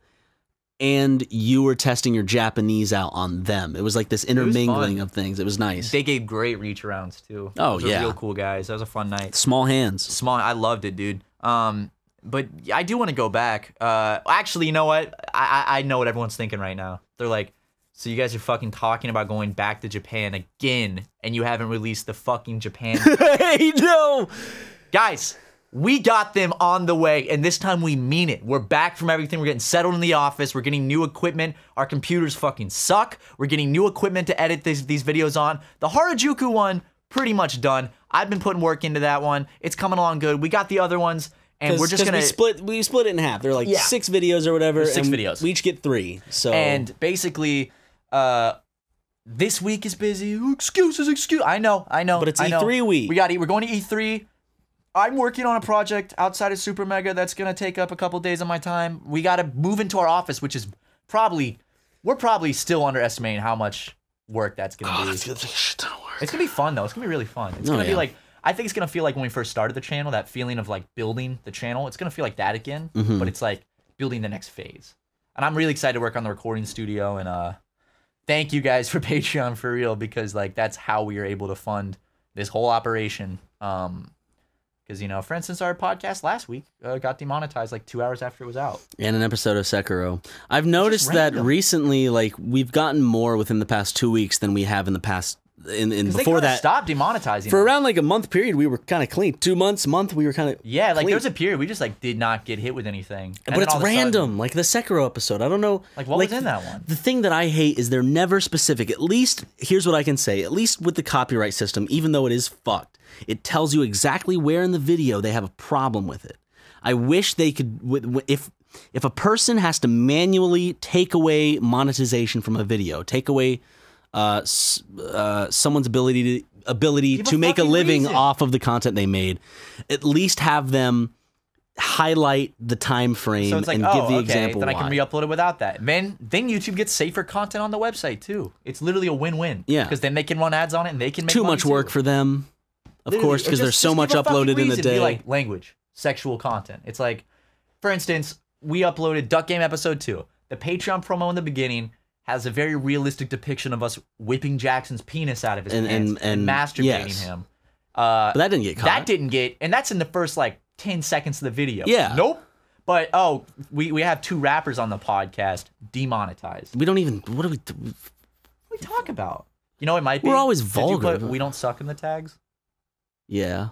and you were testing your Japanese out on them. It was like this
was
intermingling
fun.
of things. It was nice.
they gave great reach arounds too.
Oh,
Those were
yeah.
real cool guys. That was a fun night.
Small hands.
small. I loved it, dude. Um, but I do want to go back. Uh, actually, you know what? I, I I know what everyone's thinking right now. They're like, so you guys are fucking talking about going back to Japan again, and you haven't released the fucking Japan.
hey, no.
guys, we got them on the way, and this time we mean it. We're back from everything. We're getting settled in the office. We're getting new equipment. Our computers fucking suck. We're getting new equipment to edit these, these videos on. The Harajuku one, pretty much done. I've been putting work into that one. It's coming along good. We got the other ones, and we're just
'Cause
gonna
we split we split it in half. They're like
Yeah.
six videos or whatever.
There's six
and
videos.
We each get three. So
and basically, uh. This week is busy. Excuses, excuse. I know, I know.
But it's
I know.
E3 week.
We got. E- We're going to E3. I'm working on a project outside of Super Mega that's gonna take up a couple days of my time. We gotta move into our office, which is probably we're probably still underestimating how much work that's gonna be. It's gonna be fun though. It's gonna be really fun. It's
Oh,
gonna be
yeah.
like I think it's gonna feel like when we first started the channel, that feeling of like building the channel. It's gonna feel like that again,
Mm-hmm.
but it's like building the next phase. And I'm really excited to work on the recording studio and uh thank you guys for Patreon for real because like that's how we are able to fund this whole operation. Um because you know, for instance, our podcast last week uh, got demonetized like two hours after it was out.
and an episode of Sekiro. I've noticed that
random.
recently, like we've gotten more within the past two weeks than we have in the past in, in
'Cause they
before
kinda
that.
stopped demonetizing.
For
us.
around like a month period, we were kind of clean. Two months, month, we were kind of
yeah, like
clean.
there was a period we just like did not get hit with anything. And
but
then
it's
all of a sudden-
random, like the Sekiro episode. I don't know.
Like, what was in that one?
The thing that I hate is they're never specific. At least here's what I can say. At least with the copyright system, even though it is fucked, it tells you exactly where in the video they have a problem with it. I wish they could. with- w- If if a person has to manually take away monetization from a video, take away uh, s- uh, someone's ability to ability
Give a
to make a
fucking
living
reason.
off of the content they made, at least have them highlight the time frame
So it's like,
and
oh,
give the
okay,
example
then I can
why.
re-upload it without that. Then then YouTube gets safer content on the website too. It's literally a win-win.
Yeah.
because then they can run ads on it and they can make
Too
money,
much work
too.
for them, of
Literally,
course,
or
because
just-
there's so
just
much
give a fucking
uploaded in
reason.
the
Be
day.
like language. sexual content. It's like, for instance, we uploaded Duck Game episode two. The Patreon promo in the beginning has a very realistic depiction of us whipping Jackson's penis out of his
And-
pants
and- and-
masturbating
yes.
him. Uh,
But that didn't get caught.
that didn't get, and that's in the first like 10 seconds of the video.
Yeah.
Nope. But oh, we, we have two rappers on the podcast demonetized. What
We don't even. What do we? do?
we talk about? You know, it might be.
We're always
Did you
vulgar.
put we don't suck in the tags.
Yeah.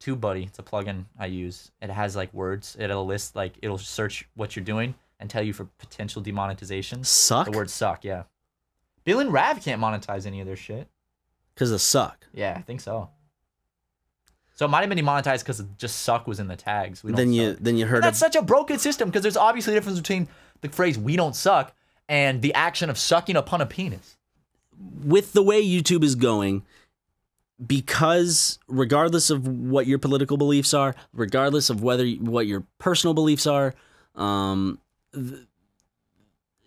TubeBuddy, it's a plugin I use. It has like words. It'll list like it'll search what you're doing and tell you for potential demonetization.
Suck.
The word suck, yeah. Bill and Rav can't monetize any of their shit.
Because of suck.
Yeah, I think so. So it might have been demonetized because just suck was in the tags. We don't
Then you
suck.
then you heard
that's
of
such a broken system because there's obviously a difference between the phrase "we don't suck" and the action of sucking upon a penis.
with the way YouTube is going, because regardless of what your political beliefs are, regardless of whether what your personal beliefs are, um, th-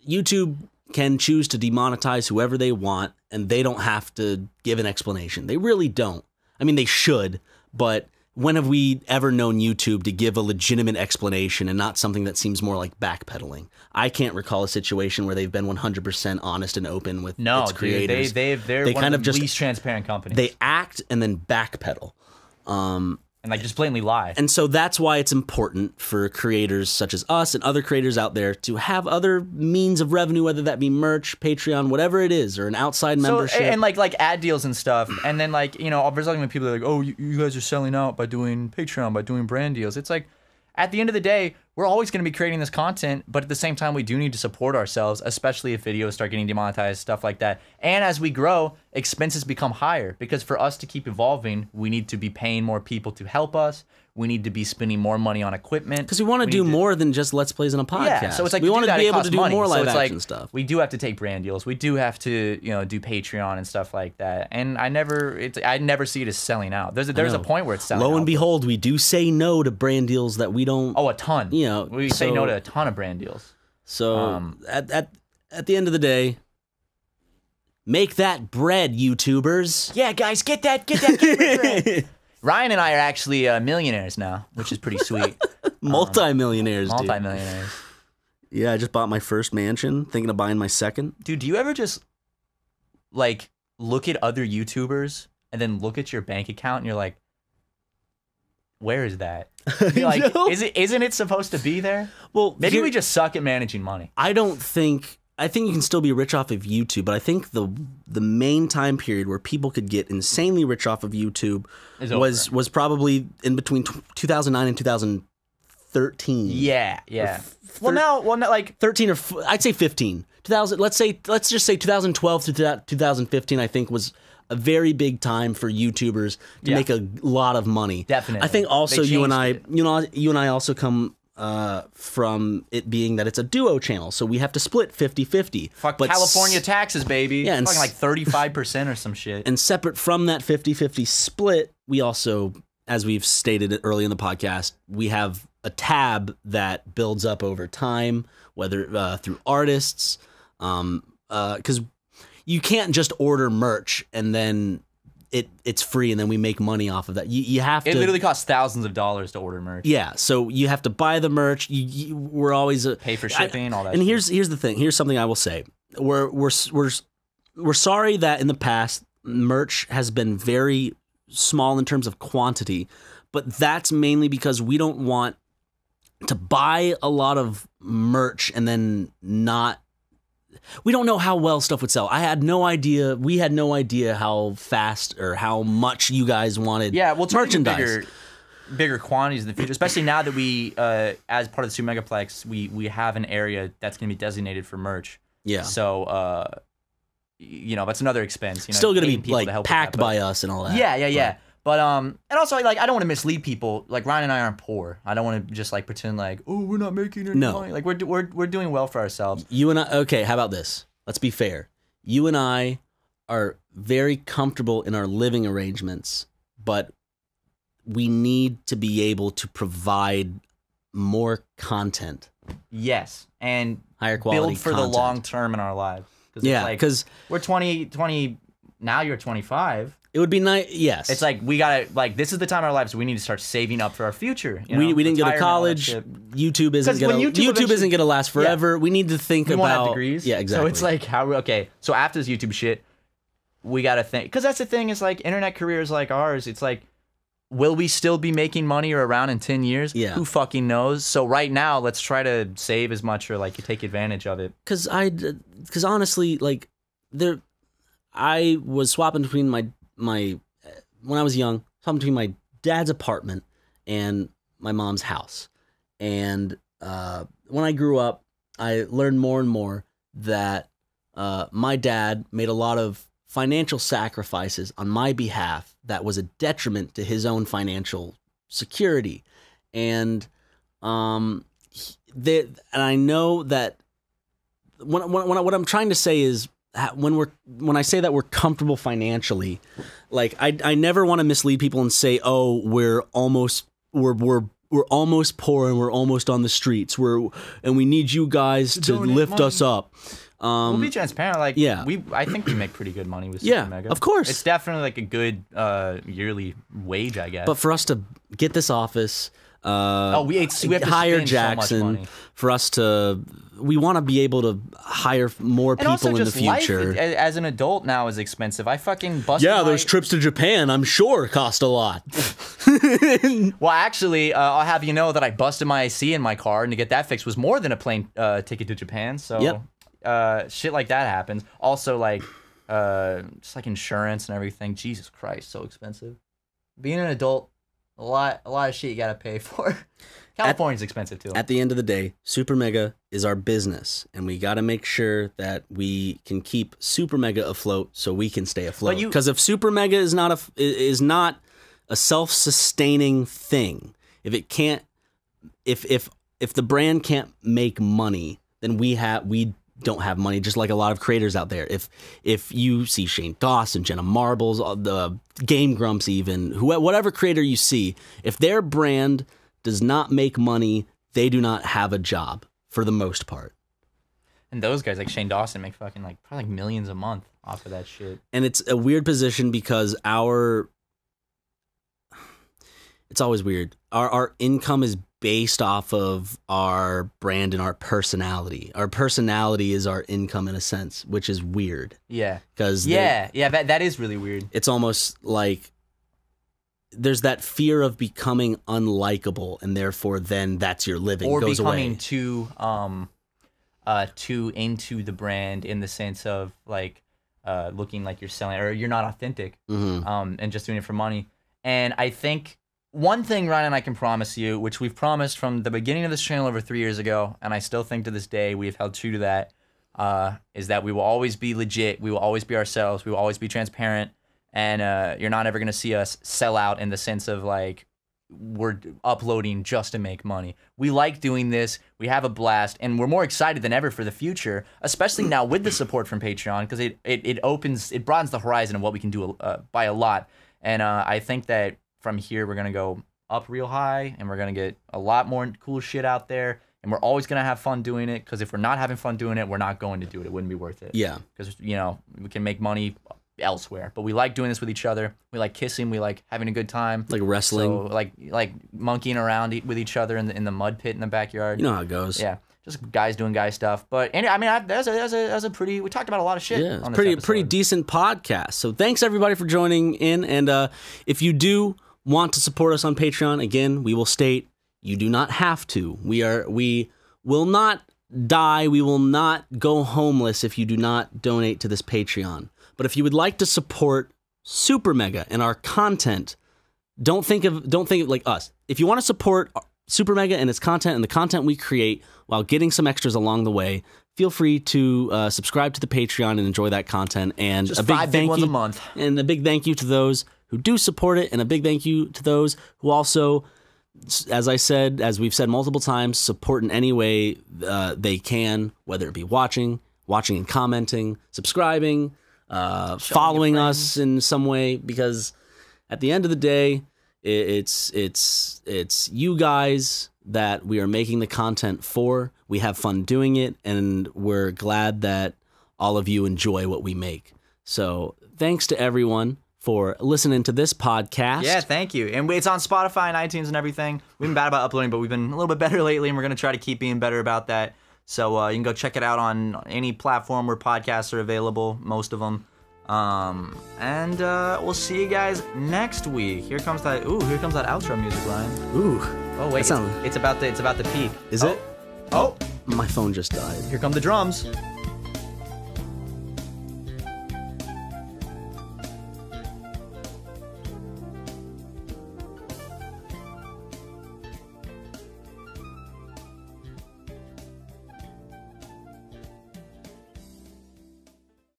YouTube can choose to demonetize whoever they want, and they don't have to give an explanation. They really don't. I mean, they should, but when have we ever known YouTube to give a legitimate explanation and not something that seems more like backpedaling? I can't recall a situation where they've been 100% honest and open with
No,
its
dude,
creators
they they they're
They
one
kind
of
of
the
just-
least transparent companies.
they act and then backpedal. Um,
and like just plainly lie.
and so that's why it's important for creators such as us and other creators out there to have other means of revenue, whether that be merch, Patreon, whatever it is, or an outside membership.
So, a- and like like ad deals and stuff, and then like you know, there's argument people that are like, oh, you, you guys are selling out by doing Patreon, by doing brand deals. It's like, at the end of the day, we're always going to be creating this content, but at the same time, we do need to support ourselves, especially if videos start getting demonetized, stuff like that. And as we grow, expenses become higher because for us to keep evolving, we need to be paying more people to help us. We need to be spending more money on equipment
because we want to
need
do more than just let's plays and a podcast.
yeah, so it's like
we
to do
want to
that,
be
it
able
costs
to do
money.
more
So
live
it's like,
action stuff.
We do have to take brand deals. We do have to, you know, do Patreon and stuff like that. And I never, it's, I never see it as selling out. There's a, there's a
know.
point where it's selling.
Lo and
out.
behold, we do say no to brand deals that we don't.
oh, a ton.
You know,
we say
so-
no to a ton of brand deals.
So
Um,
at, at at the end of the day, make that bread, YouTubers.
Yeah, guys, get that, get that. Ryan and I are actually uh, millionaires now, which is pretty sweet.
Multimillionaires, dude.
Um, Multi-millionaires.
Yeah, I just bought my first mansion, thinking of buying my second.
Dude, do you ever just like look at other YouTubers and then look at your bank account and you're like, where is that? You're like,
know.
is it isn't it supposed to be there?
Well,
Maybe
here-
we just suck at managing money.
I don't think I think you can still be rich off of YouTube, but I think the the main time period where people could get insanely rich off of YouTube
Is
was
over.
was probably in between tw 2009 and 2013.
Yeah, yeah.
Thir-
well, now, well, now, like
13 or f- I'd say 15. 2000 let's say let's just say 2012 to 2015 I think was a very big time for YouTubers to
Yeah.
make a lot of money.
Definitely.
I think also
They
you and I
changed
you know you and I also come uh, from it being that it's a duo channel, so we have to split 50-50.
fuck
But s-
California taxes, baby.
Yeah, and
fucking
s-
like thirty five percent or some shit.
and separate from that 50-50 split, we also as we've stated early in the podcast, we have a tab that builds up over time, whether uh, through artists, um, because you can't just order merch and then it it's free and then we make money off of that. You you have
it
to
literally costs thousands of dollars to order merch.
yeah, so you have to buy the merch. You, you we're always uh, a,
Pay for
I-
shipping, all that.
and
shit.
here's here's the thing. Here's something I will say. We're we're we're we're sorry that in the past merch has been very small in terms of quantity, but that's mainly because we don't want to buy a lot of merch and then not we don't know how well stuff would sell. I had no idea. We had no idea how fast or how much you guys wanted.
yeah, well, turning to
merchandise.
Bigger, bigger quantities in the future, especially now that we, uh, as part of the Super Megaplex, we we have an area that's going to be designated for merch.
yeah.
So, uh, y- you know, that's another expense. You know,
Still
paying
going to be
people
like
to help with
packed
that, but-
by us and all that.
Yeah, yeah,
but-
yeah. But um, and also like I don't want to mislead people. Like Ryan and I aren't poor. I don't want to just like pretend like oh we're not making any
No.
money. Like we're do- we're we're doing well for ourselves.
You and I, okay, how about this? Let's be fair. You and I are very comfortable in our living arrangements, but we need to be able to provide more content,
Yes, and
higher quality
build for
content.
the long term in our lives. Cause it's
Yeah,
like,
because
we're 20, 20 Now you're twenty five.
It would be nice. Yes.
It's like we gotta like this is the time in our lives we need to start saving up for our future. you
we,
know,
we didn't go to
um, retirement, all that shit.
college. YouTube
'Cause
isn't
when YouTube
gonna YouTube,
eventually-
isn't gonna last forever. We need to think
We
about
won't have degrees.
Yeah, exactly.
So it's like how we okay. So after this YouTube shit, we gotta think because that's the thing is like internet careers like ours. It's like, will we still be making money or around in ten years?
Yeah.
Who fucking knows? So right now, let's try to save as much or like take advantage of it.
because I because honestly, like there, I was swapping between my my when I was young, swapping between my dad's apartment and my mom's house, and uh, when I grew up, I learned more and more that uh, my dad made a lot of financial sacrifices on my behalf that was a detriment to his own financial security, and um, he, they, and I know that when, when, when I- what I'm trying to say is ha- when we're when I say that we're comfortable financially, like I I never want to mislead people and say oh we're almost we're we're we're almost poor and we're almost on the streets. We're and we need you guys to
Donate
lift
money.
us up. Um,
we'll be transparent. Like
yeah.
we I think we make pretty good money with Super
Yeah,
Mega.
of course.
It's definitely like a good uh yearly wage, I guess.
but for us to get this office, uh,
Oh, we- it's- we have to spend
hire
so much
Jackson
money.
for us to. We want to be able to hire more
and
people
also
in
just
the future.
life a- as an adult now is expensive. I fucking busted
yeah,
my-
those trips to Japan, I'm sure, cost a lot.
Well, actually, uh, I'll have you know that I busted my AC in my car, and to get that fixed was more than a plane uh, ticket to Japan. So,
Yep.
uh, shit like that happens. Also, like, uh, just like insurance and everything. Jesus Christ, so expensive. Being an adult, a lot, a lot of shit you gotta pay for. California's expensive too.
At the end of the day, Super Mega is our business, and we got to make sure that we can keep Super Mega afloat so we can stay afloat.
you-
Because if Super Mega is not a f- i- is not a self sustaining thing, if it can't, if if if the brand can't make money, then we have we don't have money. Just like a lot of creators out there. If if you see Shane Dawson, Jenna Marbles, all the Game Grumps, even who whatever creator you see, if their brand does not make money, they do not have a job for the most part.
and those guys, like Shane Dawson, make fucking like probably like millions a month off of that shit.
And it's a weird position because our it's always weird. Our our income is based off of our brand and our personality. Our personality is our income in a sense, which is weird
Yeah,
because
yeah, yeah. That that is really weird.
it's almost like there's that fear of becoming unlikable and therefore then that's your living
or
goes
becoming
away.
too um uh too into the brand in the sense of like uh looking like you're selling or you're not authentic
Mhm.
um and just doing it for money and i think one thing ryan and i can promise you which we've promised from the beginning of this channel over three years ago and i still think to this day we've held true to that uh is that we will always be legit we will always be ourselves we will always be transparent and uh you're not ever going to see us sell out in the sense of like we're uploading just to make money. We like doing this. We have a blast, and we're more excited than ever for the future, especially now with the support from Patreon because it, it it opens it broadens the horizon of what we can do uh, by a lot. And uh, I think that from here we're gonna go up real high, and we're gonna get a lot more cool shit out there. And we're always gonna have fun doing it because if we're not having fun doing it, we're not going to do it. It wouldn't be worth it
Yeah.
because you know we can make money elsewhere. But we like doing this with each other. We like kissing. We like having a good time.
Like wrestling.
So like like monkeying around e- with each other in the in the mud pit in the backyard.
you know how it goes.
yeah, just guys doing guy stuff. But any, I mean, I, that's a that's a that's a pretty. We talked about a lot of shit.
Yeah, it's
on this
pretty pretty
episode.
decent podcast. So thanks everybody for joining in, and uh, if you do want to support us on Patreon, again, we will state you do not have to. We are we will not die. We will not go homeless if you do not donate to this Patreon. But if you would like to support Super Mega and our content, don't think of don't think of like us. If you want to support uh, Super Mega and its content and the content we create while getting some extras along the way, feel free to uh, subscribe to the Patreon and enjoy that content. And
Just
a big
five big
thank
ones
you
a month.
and a big thank you to those who do support it, and a big thank you to those who also, s- as I said, as we've said multiple times, support in any way uh, they can, whether it be watching, watching and commenting, subscribing, uh, following us in some way, because at the end of the day, i- it's it's it's you guys that we are making the content for. We have fun doing it, and we're glad that all of you enjoy what we make. So thanks to everyone for listening to this podcast.
Yeah, thank you. And we- it's on Spotify and iTunes and everything. We've been bad about uploading, but we've been a little bit better lately, and we're going to try to keep being better about that. So uh, you can go check it out on any platform where podcasts are available, most of them. Um, and uh, we'll see you guys next week. Here comes that. Ooh, here comes that outro music line.
Ooh,
Oh wait,
That
it's,
sound-
it's about the it's about the peak.
Is
Oh.
it?
Oh,
my phone just died.
here come the drums.